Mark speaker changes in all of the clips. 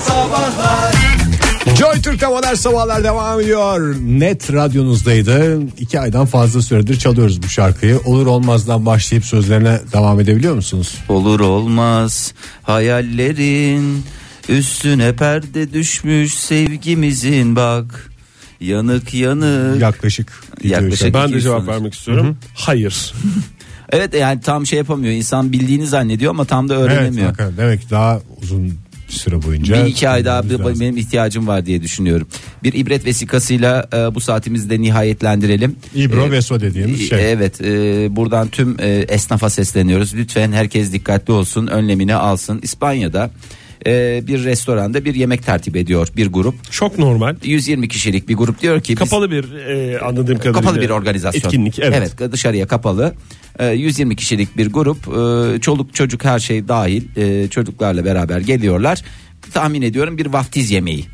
Speaker 1: Sabahlar
Speaker 2: Joy Türk'te modern sabahlar devam ediyor. Net radyonuzdaydı. İki aydan fazla süredir çalıyoruz bu şarkıyı. Olur olmazdan başlayıp sözlerine devam edebiliyor musunuz?
Speaker 3: Olur olmaz hayallerin üstüne perde düşmüş sevgimizin bak. Yanık yanık.
Speaker 2: Yaklaşık. gidiyor
Speaker 3: Yaklaşık.
Speaker 2: şarkı.
Speaker 4: Ben de
Speaker 3: İki
Speaker 4: cevap
Speaker 3: insanız.
Speaker 4: vermek istiyorum. Hayır.
Speaker 3: Evet yani tam şey yapamıyor. İnsan bildiğini zannediyor ama tam da
Speaker 2: Evet,
Speaker 3: öğrenemiyor.
Speaker 2: bakın, demek ki daha uzun bir süre boyunca.
Speaker 3: bir iki ay daha bir-
Speaker 2: lazım.
Speaker 3: benim ihtiyacım var diye düşünüyorum. Bir ibret vesikasıyla e, bu saatimizi de nihayetlendirelim.
Speaker 2: İbro
Speaker 3: E,
Speaker 2: Veso dediğimiz şey.
Speaker 3: Evet e, buradan tüm e, esnafa sesleniyoruz. Lütfen herkes dikkatli olsun önlemini alsın. İspanya'da e, bir restoranda bir yemek tertip ediyor bir grup.
Speaker 4: Çok normal.
Speaker 3: 120 kişilik bir grup diyor ki biz-
Speaker 4: Kapalı bir e, anladığım kadarıyla.
Speaker 3: kapalı bir organizasyon.
Speaker 4: Etkinlik evet.
Speaker 3: dışarıya kapalı. E, 120 kişilik bir grup e, çoluk çocuk her şey dahil e, çocuklarla beraber geliyorlar. Tahmin ediyorum bir vaftiz yemeği.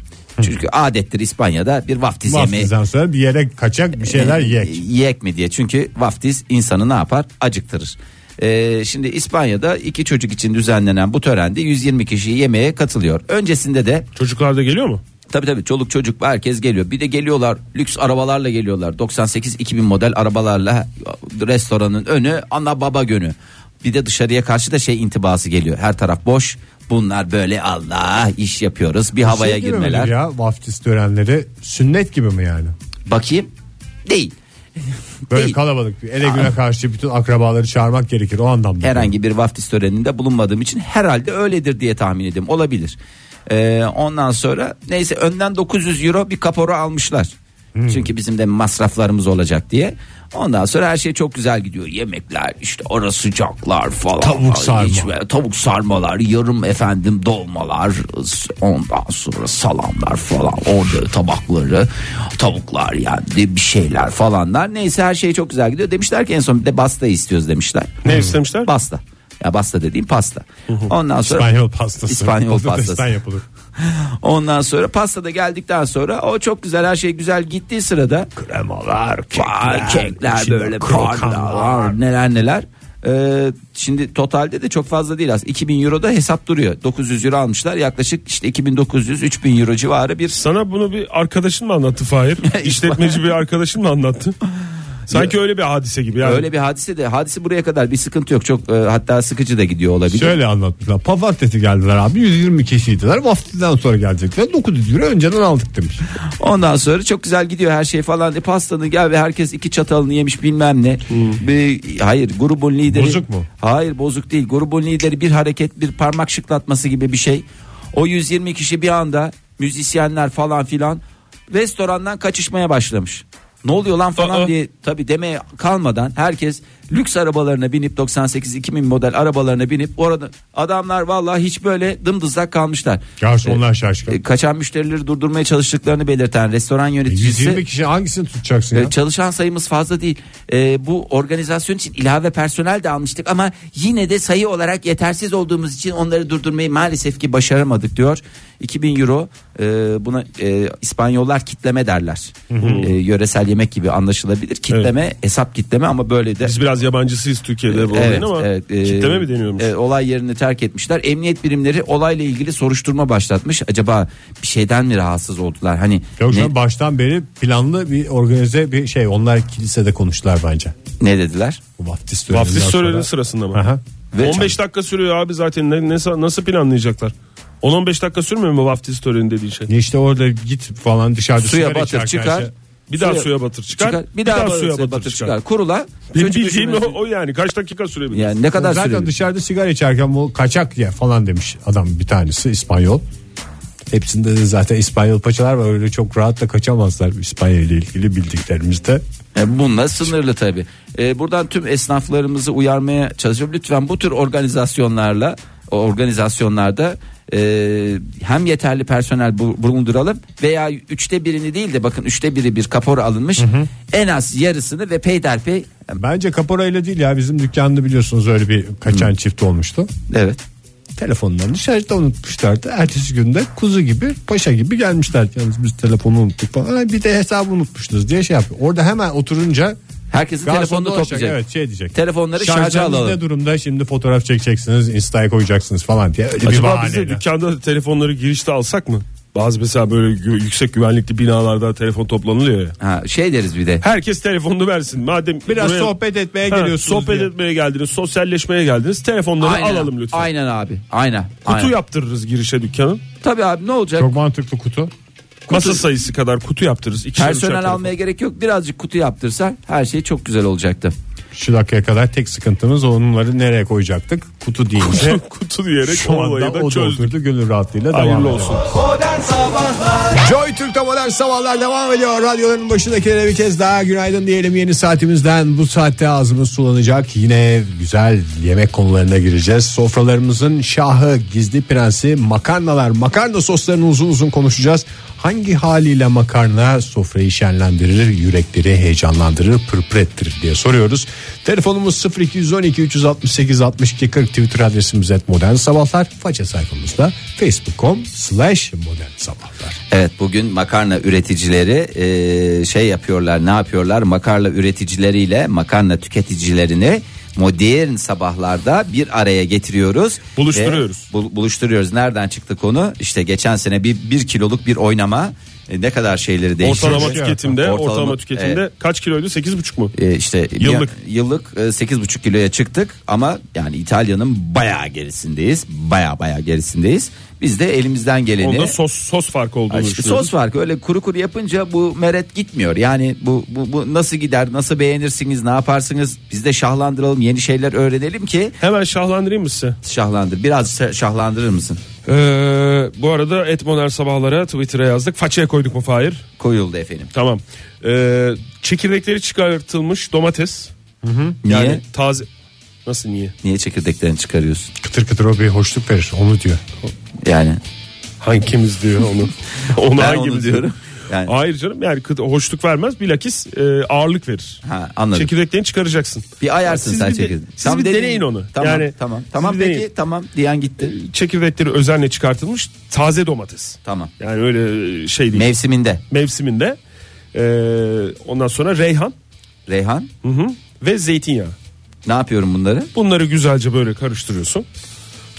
Speaker 3: Çünkü adettir İspanya'da bir vaftiz yemeği.
Speaker 2: Vaftizden sonra bir yere kaçak bir şeyler
Speaker 3: E,
Speaker 2: yek.
Speaker 3: Yek mi diye. Çünkü vaftiz insanı ne yapar? Acıktırır. E, şimdi İspanya'da iki çocuk için düzenlenen bu törende 120 kişi yemeğe katılıyor. Öncesinde de
Speaker 4: Çocuklar da geliyor mu?
Speaker 3: Tabii tabii çoluk çocuk herkes geliyor. Bir de geliyorlar lüks arabalarla geliyorlar. 98-2000 model arabalarla restoranın önü ana baba günü. Bir de dışarıya karşı da şey intibası geliyor. Her taraf boş. Bunlar böyle Allah iş yapıyoruz. Bir havaya
Speaker 2: Şey gibi midir
Speaker 3: girmeler.
Speaker 2: Ya vaftiz törenleri sünnet gibi mi yani?
Speaker 3: Bakayım. Değil.
Speaker 2: Böyle
Speaker 3: Değil.
Speaker 2: kalabalık bir ele güne karşı bütün akrabaları çağırmak gerekir o anlamda.
Speaker 3: herhangi bir vaftiz töreninde bulunmadığım için herhalde öyledir diye tahmin ediyorum. Olabilir. Ee, ondan sonra neyse önden 900 euro bir kapora almışlar.
Speaker 2: Hmm.
Speaker 3: Çünkü bizim de masraflarımız olacak diye. Ondan sonra her şey çok güzel gidiyor. Yemekler işte ara sıcaklar falan.
Speaker 2: Tavuk
Speaker 3: Ay,
Speaker 2: sarma.
Speaker 3: içme- tavuk sarmalar, yarım efendim dolmalar, s- ondan sonra salamlar falan. Orada tabakları, tavuklar yendi bir şeyler falanlar. Neyse her şey çok güzel gidiyor. Demişler ki en son bir de basta istiyoruz demişler.
Speaker 4: Ne istemişler?
Speaker 3: Pasta. Ya pasta dediğim pasta. Ondan sonra
Speaker 2: İspanyol pastası.
Speaker 3: İspanyol
Speaker 2: Patatesten
Speaker 3: pastası.
Speaker 2: yapılır.
Speaker 3: Ondan sonra pasta da geldikten sonra o çok güzel her şey güzel gittiği sırada
Speaker 2: Kremalar,
Speaker 3: vay,
Speaker 2: kekler,
Speaker 3: kekler
Speaker 2: içinde
Speaker 3: böyle
Speaker 2: krokanlar.
Speaker 3: pardalar neler neler. Ee, şimdi totalde de çok fazla değil aslında 2000 euro da hesap duruyor 900 euro almışlar yaklaşık işte 2900 3000 euro civarı bir
Speaker 4: Sana bunu bir arkadaşın mı anlattı Fahir? İşletmeci bir arkadaşın mı anlattı? Sanki öyle bir hadise gibi. Yani.
Speaker 3: öyle bir hadise de hadise buraya kadar bir sıkıntı yok çok e, hatta sıkıcı da gidiyor olabilir
Speaker 2: Şöyle anlatmışlar. Pazartesi geldiler abi 120 kişiydiler. Vaftizden sonra gelecekler. 900 euro önceden aldık demiş.
Speaker 3: Ondan sonra çok güzel gidiyor her şey falan. E, pastanı gel ve herkes iki çatalını yemiş bilmem ne. Bir, hayır grubun lideri.
Speaker 2: Bozuk mu?
Speaker 3: Hayır bozuk değil. Grubun lideri bir hareket bir parmak şıklatması gibi bir şey. O 120 kişi bir anda müzisyenler falan filan restorandan kaçışmaya başlamış. Ne oluyor lan falan
Speaker 4: Aa.
Speaker 3: diye tabi demeye kalmadan herkes lüks arabalarına binip 98 2000 model arabalarına binip orada adamlar vallahi hiç böyle dımdızlak kalmışlar.
Speaker 2: Garsonlar
Speaker 3: E,
Speaker 2: şaşkın.
Speaker 3: e, kaçan müşterileri durdurmaya çalıştıklarını belirten restoran yöneticisi
Speaker 2: 120 E, kişi hangisini tutacaksın ya?
Speaker 3: e, çalışan sayımız fazla değil. E, bu organizasyon için ilave personel de almıştık ama yine de sayı olarak yetersiz olduğumuz için onları durdurmayı maalesef ki başaramadık diyor. 2000 euro e, buna e, İspanyollar kitleme derler. E, yöresel yemek gibi anlaşılabilir. Kitleme hesap kitleme ama böyle de
Speaker 4: Biz biraz yabancısıyız Türkiye'de bu olayın ama
Speaker 3: e,
Speaker 4: kitleme mi deniyormuş?
Speaker 3: e, olay yerini terk etmişler. Emniyet birimleri olayla ilgili soruşturma başlatmış. Acaba bir şeyden mi rahatsız oldular? Hani
Speaker 2: Yok
Speaker 3: ne,
Speaker 2: canım, baştan beri planlı bir organize bir şey. Onlar kilisede konuştular bence.
Speaker 3: ne dediler?
Speaker 2: Bu vaftiz töreninden
Speaker 4: Vaftiz
Speaker 2: sonra-
Speaker 4: törenin sırasında mı?
Speaker 2: Aha.
Speaker 3: Ve-
Speaker 4: 15 dakika sürüyor abi zaten ne, ne- nasıl planlayacaklar? 10-15 dakika sürmüyor mu vaftiz töreni dediğin şey?
Speaker 2: Ne İşte orada git falan dışarıda
Speaker 3: Suya
Speaker 2: sigara
Speaker 3: batır
Speaker 2: içerken
Speaker 3: çıkar.
Speaker 2: şey-
Speaker 4: Bir daha
Speaker 3: Suya-
Speaker 4: suya batır çıkar.
Speaker 3: çıkar, Bir, daha, suya batır, çıkar. Kurula.
Speaker 4: Benim
Speaker 3: Çocuk
Speaker 4: bildiğim o,
Speaker 3: üşümesi-
Speaker 4: o yani kaç dakika sürebilir?
Speaker 3: yani ne kadar
Speaker 2: Zaten
Speaker 3: süre?
Speaker 2: dışarıda sigara içerken bu kaçak ya falan demiş adam bir tanesi İspanyol. Hepsinde de zaten İspanyol paçalar var öyle çok rahat da kaçamazlar İspanya ile ilgili bildiklerimizde.
Speaker 3: E, Bununla sınırlı tabi. buradan tüm esnaflarımızı uyarmaya çalışıyorum. Lütfen bu tür organizasyonlarla o organizasyonlarda e, hem yeterli personel bu- bulunduralım veya üçte birini değil de bakın üçte biri bir kapora alınmış en az yarısını ve peyderpey
Speaker 2: Bence kapora ile değil ya bizim dükkanda biliyorsunuz öyle bir kaçan çift olmuştu.
Speaker 3: evet
Speaker 2: Telefonlarını şarjda unutmuşlardı. Ertesi günde kuzu gibi paşa gibi gelmişler. Yalnız biz telefonu unuttuk falan. "Ay, Bir de hesabı unutmuştunuz diye şey yapıyor. Orada hemen oturunca
Speaker 3: Herkesin
Speaker 2: Garson
Speaker 3: telefonunu
Speaker 2: dolaşacak,
Speaker 3: toplayacak.
Speaker 2: Evet şey diyecek.
Speaker 3: Telefonları şarja
Speaker 2: Şarjlarınız
Speaker 3: alalım.
Speaker 2: ne durumda şimdi fotoğraf çekeceksiniz insta'ya koyacaksınız falan diye öyle bir
Speaker 4: Acaba biz de
Speaker 2: bahaneyle.
Speaker 4: dükkanda telefonları girişte alsak mı? Bazı mesela böyle gü- yüksek güvenlikli binalarda telefon toplanılıyor ya.
Speaker 3: Ha, şey deriz bir de.
Speaker 4: Herkes telefonunu versin. Madem
Speaker 2: Biraz
Speaker 4: buraya-
Speaker 2: sohbet etmeye
Speaker 4: Ha,
Speaker 2: geliyorsunuz
Speaker 4: sohbet
Speaker 2: diye.
Speaker 4: etmeye geldiniz, sosyalleşmeye geldiniz. Telefonları alalım lütfen.
Speaker 3: Aynen abi. Aynen.
Speaker 4: Kutu
Speaker 3: aynen.
Speaker 4: yaptırırız girişe dükkanın.
Speaker 3: Tabii abi ne olacak?
Speaker 2: Çok mantıklı kutu.
Speaker 4: Masa sayısı kadar kutu yaptırırız. İkişer üçer
Speaker 3: Personel
Speaker 4: şey telefon.
Speaker 3: almaya gerek yok. Birazcık kutu yaptırsa her şey çok güzel olacaktı.
Speaker 2: Şu dakikaya kadar tek sıkıntımız onları nereye koyacaktık? Kutu deyince.
Speaker 4: kutu diyerek
Speaker 2: Şu anda
Speaker 4: olayı da
Speaker 2: o da
Speaker 4: çözdük.
Speaker 2: oturdu gönül rahatlığıyla devam
Speaker 4: Hayırlı
Speaker 2: edelim.
Speaker 4: olsun.
Speaker 2: Joy Türk'te modern sabahlar devam ediyor. Radyoların başındakilere bir kez daha günaydın diyelim yeni saatimizden. Bu saatte ağzımız sulanacak. Yine güzel yemek konularına gireceğiz. Sofralarımızın şahı, gizli prensi makarnalar. Makarna soslarını uzun uzun konuşacağız. Hangi haliyle makarna sofrayı şenlendirir, yürekleri heyecanlandırır, pırpır ettirir diye soruyoruz. Telefonumuz 0212 368 62 40 Twitter adresimiz et modern sabahlar. Faça sayfamızda facebook.com slash modern sabahlar.
Speaker 3: Evet bugün makarna üreticileri e, şey yapıyorlar ne yapıyorlar makarna üreticileriyle makarna tüketicilerini modern sabahlarda bir araya getiriyoruz.
Speaker 4: Buluşturuyoruz.
Speaker 3: Ve bul- buluşturuyoruz. Nereden çıktı konu? İşte geçen sene bir, bir kiloluk bir oynama e, ne kadar şeyleri değiştirdi.
Speaker 4: Ortalama tüketimde, ortalama, tüketimde
Speaker 3: e,
Speaker 4: kaç kiloydu? 8,5 mu?
Speaker 3: e, işte bir-
Speaker 4: Yıllık.
Speaker 3: yıllık e, 8,5 kiloya çıktık ama yani İtalya'nın bayağı gerisindeyiz. Bayağı bayağı gerisindeyiz. Biz de elimizden geleni
Speaker 4: Onda sos sos farkı olduğunu
Speaker 3: Ay işte
Speaker 4: düşünüyorum.
Speaker 3: sos farkı öyle kuru kuru yapınca bu meret gitmiyor. Yani bu, bu, bu nasıl gider nasıl beğenirsiniz ne yaparsınız biz de şahlandıralım yeni şeyler öğrenelim ki
Speaker 4: Hemen şahlandırayım mı size?
Speaker 3: şahlandır biraz şa- şahlandırır mısın?
Speaker 4: Ee, bu arada et Modern sabahlara Twitter'a yazdık. Façaya koyduk mu Fahir?
Speaker 3: Koyuldu efendim.
Speaker 4: Tamam. Ee, çekirdekleri çıkartılmış domates.
Speaker 3: Niye?
Speaker 4: Yani taze... Nasıl niye?
Speaker 3: Niye çekirdeklerini çıkarıyorsun?
Speaker 2: Kıtır kıtır o bir hoşluk verir onu diyor.
Speaker 3: Yani
Speaker 4: Hangimiz diyor onu? onu
Speaker 3: ben
Speaker 4: hangimiz diyor?
Speaker 3: onu diyorum. Yani
Speaker 4: Hayır canım yani kıt- hoşluk vermez bilakis e, ağırlık verir.
Speaker 3: ha, anladım.
Speaker 4: Çekirdeklerini çıkaracaksın.
Speaker 3: bir ayarsın
Speaker 4: Siz
Speaker 3: sen
Speaker 4: bir de-
Speaker 3: çekirdeği.
Speaker 4: siz bir deneyin onu.
Speaker 3: Tamam
Speaker 4: Yani
Speaker 3: tamam.
Speaker 4: siz
Speaker 3: Tamam
Speaker 4: bir
Speaker 3: peki
Speaker 4: deneyin. Ee,
Speaker 3: tamam diyen gitti.
Speaker 4: Çekirdekleri özenle çıkartılmış taze domates.
Speaker 3: Tamam.
Speaker 4: Yani öyle şey değil.
Speaker 3: Mevsiminde
Speaker 4: mevsiminde. Ee, ondan sonra reyhan
Speaker 3: Reyhan
Speaker 4: hı hı, ve zeytinyağı.
Speaker 3: ne yapıyorum bunları?
Speaker 4: Bunları güzelce böyle karıştırıyorsun.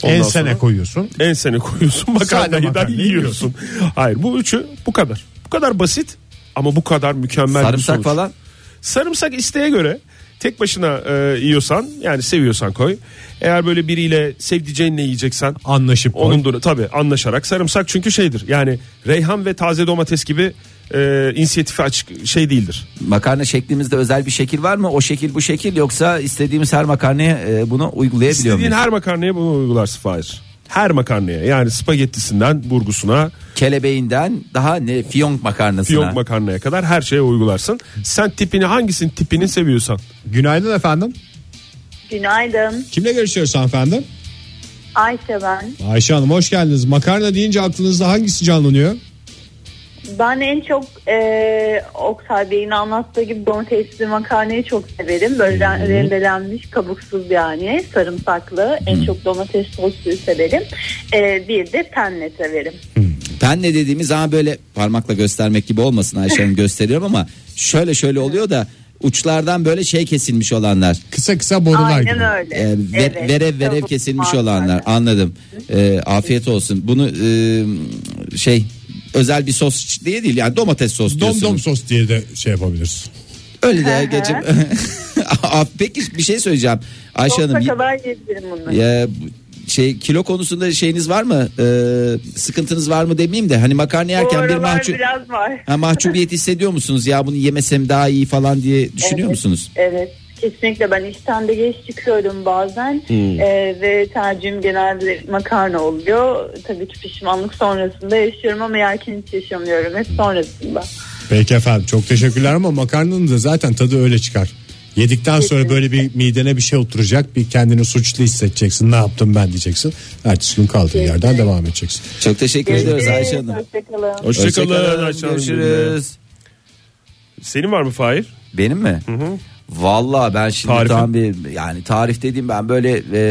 Speaker 4: Ondan
Speaker 2: Ensene
Speaker 4: sonra
Speaker 2: koyuyorsun.
Speaker 4: ensene koyuyorsun
Speaker 2: Sade
Speaker 4: makarnayı da
Speaker 2: makarnayı
Speaker 4: yiyorsun. Hayır bu üçü bu kadar. Bu kadar basit ama bu kadar mükemmel bir
Speaker 3: Sarımsak
Speaker 4: sonuç.
Speaker 3: falan.
Speaker 4: Sarımsak isteğe göre tek başına e, yiyorsan yani seviyorsan koy. Eğer böyle biriyle sevdiceğinle yiyeceksen
Speaker 2: Anlaşıp koy.
Speaker 4: onun da tabii anlaşarak sarımsak çünkü şeydir. Yani reyhan ve taze domates gibi e, inisiyatifi açık şey değildir.
Speaker 3: Makarna şeklimizde özel bir şekil var mı? O şekil bu şekil yoksa istediğimiz her makarnaya e, bunu uygulayabiliyor
Speaker 4: İstediğin
Speaker 3: muyuz?
Speaker 4: her makarnaya bunu uygularsın Fahir. Her makarnaya yani spagettisinden burgusuna,
Speaker 3: Kelebeğinden daha ne fiyonk makarnasına.
Speaker 4: fiyonk makarnaya kadar her şeye uygularsın. Sen tipini hangisinin tipini seviyorsan.
Speaker 2: Günaydın efendim.
Speaker 1: Günaydın.
Speaker 2: Kimle görüşüyoruz hanımefendi?
Speaker 1: Ayşe ben.
Speaker 2: Ayşe Hanım hoş geldiniz. Makarna deyince aklınızda hangisi canlanıyor?
Speaker 1: Ben en çok e, Oksay Bey'in anlattığı gibi domatesli makarnayı çok severim. Böyle rendelenmiş, kabuksuz yani sarımsaklı. En çok domates soslu severim. E, bir de penne severim.
Speaker 3: Penne dediğimiz ama böyle parmakla göstermek gibi olmasın Ayşe Hanım gösteriyorum ama şöyle şöyle oluyor da uçlardan böyle şey kesilmiş olanlar.
Speaker 2: Kısa kısa borular
Speaker 1: Aynen
Speaker 2: gibi.
Speaker 1: öyle.
Speaker 3: E, ve-
Speaker 1: Evet.
Speaker 3: verev verev
Speaker 1: Tavuk
Speaker 3: kesilmiş
Speaker 1: makarna.
Speaker 3: olanlar anladım. E, afiyet olsun. Bunu e, şey özel bir sos diye değil yani domates sos
Speaker 2: Dom
Speaker 3: diyorsunuz.
Speaker 2: dom sos diye de şey yapabiliriz.
Speaker 3: Öyle de geçim. Peki bir şey söyleyeceğim Ayşe
Speaker 1: Sonsuza
Speaker 3: Hanım.
Speaker 1: kadar yiyebilirim bunları.
Speaker 3: Ya bu- şey kilo konusunda şeyiniz var mı? Ee, sıkıntınız var mı demeyeyim de hani makarna
Speaker 1: Bu
Speaker 3: yerken bir
Speaker 1: aralar
Speaker 3: mahcup
Speaker 1: biraz var.
Speaker 3: ha, mahcubiyet hissediyor musunuz? Ya bunu yemesem daha iyi falan diye düşünüyor musunuz?
Speaker 1: Evet. Kesinlikle ben işten de geç çıkıyorum bazen Ee, ve tercihim genelde makarna oluyor. Tabii ki pişmanlık sonrasında yaşıyorum ama yerken hiç yaşamıyorum hep sonrasında.
Speaker 2: Peki efendim çok teşekkürler ama makarnanın da zaten tadı öyle çıkar. Yedikten sonra böyle bir midene bir şey oturacak bir kendini suçlu hissedeceksin ne yaptım ben diyeceksin. Ertesi gün kaldığın yerden devam edeceksin.
Speaker 3: Çok teşekkür ederiz Ayşe Hanım.
Speaker 1: Hoşçakalın.
Speaker 4: Hoşçakalın Ayşe Hanım.
Speaker 3: Görüşürüz.
Speaker 4: Senin var mı Fahir?
Speaker 3: Benim mi? Vallahi ben şimdi
Speaker 4: Tarifin?
Speaker 3: tam bir yani tarif dediğim ben böyle e,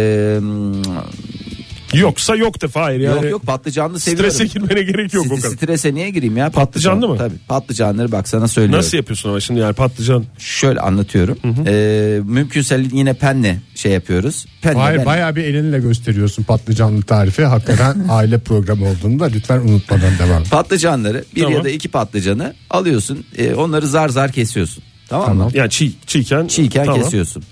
Speaker 4: Yoksa yok defa hayır yani.
Speaker 3: yok yok patlıcanlı seviyorum.
Speaker 4: Strese girmene gerek yok o kadar.
Speaker 3: Strese niye gireyim ya? Patlıcan,
Speaker 4: Patlıcanlı mı?
Speaker 3: Tabii patlıcanları bak sana söylüyorum.
Speaker 4: Nasıl yapıyorsun ama şimdi yani patlıcan?
Speaker 3: Şöyle anlatıyorum. Ee, mümkünse yine penne şey yapıyoruz. Penne
Speaker 2: Hayır
Speaker 3: ben-
Speaker 2: bayağı bir elinle gösteriyorsun patlıcanlı tarifi. Hakikaten aile programı olduğunu da lütfen unutmadan devam. et.
Speaker 3: Patlıcanları bir
Speaker 4: Tamam.
Speaker 3: ya da iki patlıcanı alıyorsun. e, onları zar zar kesiyorsun. Tamam, mı?
Speaker 4: Yani çiğ, çiğken.
Speaker 3: Çiğken
Speaker 4: tamam.
Speaker 3: kesiyorsun.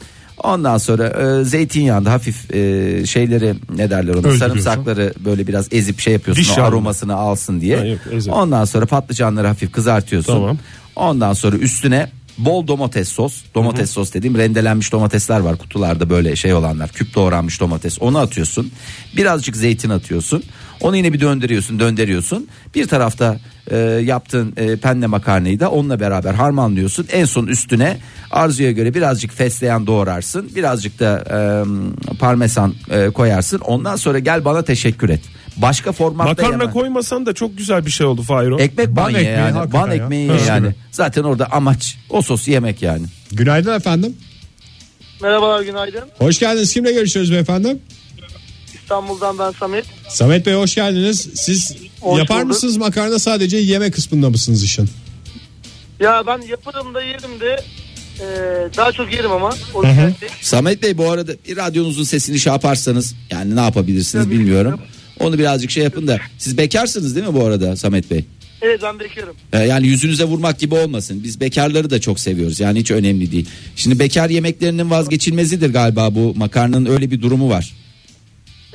Speaker 3: Ondan sonra e, zeytinyağında hafif e, şeyleri ne derler onu
Speaker 2: Öldürüyorsun.
Speaker 3: sarımsakları böyle biraz ezip şey yapıyorsun
Speaker 4: Diş
Speaker 3: o
Speaker 4: yağını.
Speaker 3: aromasını alsın diye.
Speaker 4: Ha, yok, ezelim.
Speaker 3: Ondan sonra patlıcanları hafif kızartıyorsun.
Speaker 4: Tamam.
Speaker 3: Ondan sonra üstüne bol domates sos. Domates sos dediğim rendelenmiş domatesler var kutularda böyle şey olanlar. Küp doğranmış domates. Onu atıyorsun. Birazcık zeytin atıyorsun. Onu yine bir döndürüyorsun, döndürüyorsun. Bir tarafta e, yaptığın e, penne makarnayı da onunla beraber harmanlıyorsun. En son üstüne arzuya göre birazcık fesleğen doğrarsın. Birazcık da e, parmesan e, koyarsın. Ondan sonra gel bana teşekkür et. Başka formatta
Speaker 4: Makarna
Speaker 3: yemem.
Speaker 4: koymasan da çok güzel bir şey oldu Fahir o.
Speaker 3: Ekmek
Speaker 2: Ban
Speaker 3: ban ye
Speaker 2: ekmeği
Speaker 3: yani.
Speaker 2: hakikaten
Speaker 3: Ban
Speaker 2: ya.
Speaker 3: ekmeği ye
Speaker 4: Evet.
Speaker 3: yani. Zaten orada amaç o sosu yemek yani.
Speaker 2: Günaydın efendim.
Speaker 5: Merhabalar günaydın.
Speaker 2: Hoş geldiniz. Kimle görüşüyoruz beyefendi?
Speaker 5: İstanbul'dan ben Samet.
Speaker 2: Samet Bey hoş geldiniz. Siz
Speaker 5: Hoş
Speaker 2: yapar
Speaker 5: bulduk.
Speaker 2: mısınız makarna sadece yeme kısmında mısınız işin?
Speaker 5: Ya ben yaparım da yerim de e, daha çok yerim ama. O yüzden de-
Speaker 3: Samet Bey bu arada bir radyonuzun sesini şey yaparsanız yani ne yapabilirsiniz bilmiyorum. Onu birazcık şey yapın da siz bekarsınız değil mi bu arada Samet Bey?
Speaker 5: evet ben bekliyorum.
Speaker 3: Ee, Yani yüzünüze vurmak gibi olmasın. Biz bekarları da çok seviyoruz. Yani hiç önemli değil. Şimdi bekar yemeklerinin vazgeçilmezidir galiba bu makarnanın öyle bir durumu var.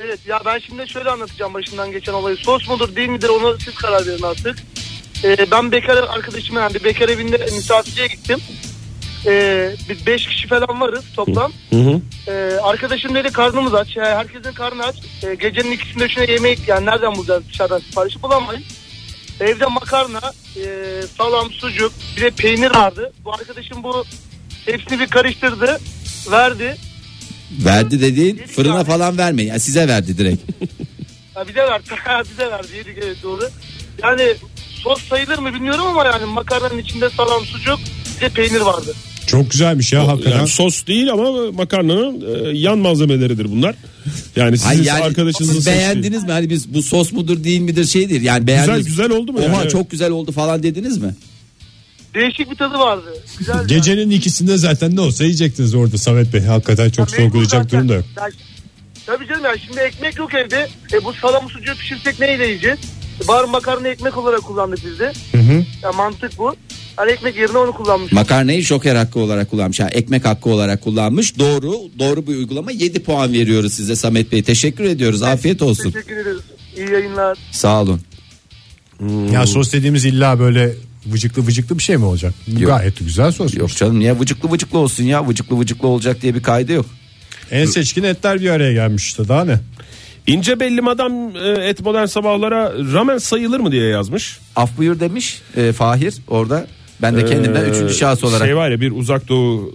Speaker 5: Evet ya ben şimdi şöyle anlatacağım başından geçen olayı. Sos mudur değil midir onu siz karar verin artık. E, ben bekar arkadaşım yani bir bekar evinde misafirliğe gittim. E, biz 5 kişi falan varız toplam.
Speaker 4: Hı hı.
Speaker 5: E, arkadaşım dedi karnımız aç. Yani herkesin karnı aç. E, gecenin ikisinde şuna yemek yani nereden bulacağız dışarıdan siparişi bulamayız. Evde makarna, e, salam, sucuk, bir de peynir vardı. Bu arkadaşım bu hepsini bir karıştırdı, verdi.
Speaker 3: Verdi dediğin fırına falan vermeyin. Yani size verdi direkt.
Speaker 5: Ha, bize verdi, Ha, bize verdi. Yedik evet doğru. Yani sos sayılır mı bilmiyorum ama yani makarnanın içinde salam, sucuk, bir de peynir vardı.
Speaker 2: Çok güzelmiş ya hakikaten.
Speaker 4: Yani sos değil ama makarnanın e, yan malzemeleridir bunlar. Yani sizin
Speaker 3: Hayır yani
Speaker 4: arkadaşınızın
Speaker 3: siz
Speaker 4: seçtiği.
Speaker 3: beğendiniz mi? Hani biz bu sos mudur değil midir şeydir. Yani
Speaker 4: Güzel
Speaker 3: beğendiniz.
Speaker 4: güzel oldu mu?
Speaker 3: Oha
Speaker 4: yani?
Speaker 3: çok güzel oldu falan dediniz mi?
Speaker 5: Değişik bir tadı vardı. Güzeldi.
Speaker 2: Gecenin ikisinde zaten ne olsa yiyecektiniz orada Samet Bey. Hakikaten çok
Speaker 5: Ya mecbur
Speaker 2: sorgulayacak
Speaker 5: zaten.
Speaker 2: durum da yok.
Speaker 5: Ya, Tabii canım ya şimdi ekmek yok evde. E, bu salamı sucuğu pişirsek neyle yiyeceğiz? E, bari makarna ekmek olarak kullandık biz de. Ya mantık bu. Hani ekmek yerine onu kullanmış.
Speaker 3: Makarnayı joker hakkı olarak kullanmış. Yani ekmek hakkı olarak kullanmış. Doğru doğru bir uygulama. 7 puan veriyoruz size Samet Bey. Teşekkür ediyoruz. Afiyet olsun.
Speaker 5: Teşekkür ederiz. İyi yayınlar.
Speaker 3: Sağ olun.
Speaker 4: Hmm.
Speaker 2: Ya sos dediğimiz illa böyle vıcıklı vıcıklı bir şey mi olacak? Bu
Speaker 3: Yok.
Speaker 2: Gayet güzel sos.
Speaker 3: Yok canım niye vıcıklı vıcıklı olsun ya. Vıcıklı vıcıklı olacak diye bir kaydı yok.
Speaker 2: En seçkin etler bir araya gelmiş işte daha ne?
Speaker 4: İnce belli madam e, et modern sabahlara ramen sayılır mı diye yazmış.
Speaker 3: Af buyur demiş e, Fahir orada. Ben de kendimden
Speaker 4: Ee,
Speaker 3: üçüncü şahıs olarak.
Speaker 4: Şey var ya bir uzak doğu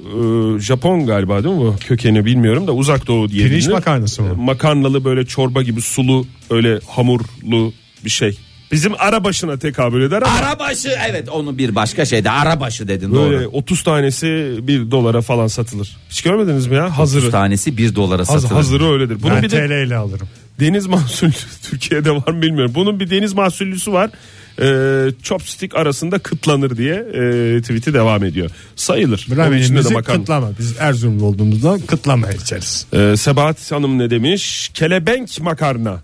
Speaker 4: e, Japon galiba değil mi bu? Kökeni bilmiyorum da uzak doğu diye.
Speaker 2: Pirinç
Speaker 4: bilinir.
Speaker 2: makarnası mı?
Speaker 4: E, Makarnalı böyle çorba gibi sulu öyle hamurlu bir şey. Bizim ara başına tekabül eder ama
Speaker 3: Arabaşı evet onu bir başka şeyde arabaşı dedin
Speaker 4: böyle
Speaker 3: doğru.
Speaker 4: 30 tanesi 1 dolara falan satılır. Hiç görmediniz mi ya?
Speaker 3: Yüz
Speaker 4: Hazırı.
Speaker 3: tanesi 1 dolara
Speaker 4: Haz-
Speaker 3: satılır.
Speaker 4: hazırı öyledir. Bunun
Speaker 2: ben
Speaker 4: bir de
Speaker 2: TL ile alırım.
Speaker 4: deniz mahsullü Türkiye'de var mı bilmiyorum. Bunun bir deniz mahsullüsü var. E, chopstick arasında kıtlanır diye e, tweet'i devam ediyor. Sayılır. Onun içinde de
Speaker 2: Ramenimizi
Speaker 4: makarna.
Speaker 2: kıtlama. Biz Erzurumlu olduğumuzdan kıtlama içeriz.
Speaker 4: Ee, Sebahat Hanım ne demiş? Kelebenk makarna.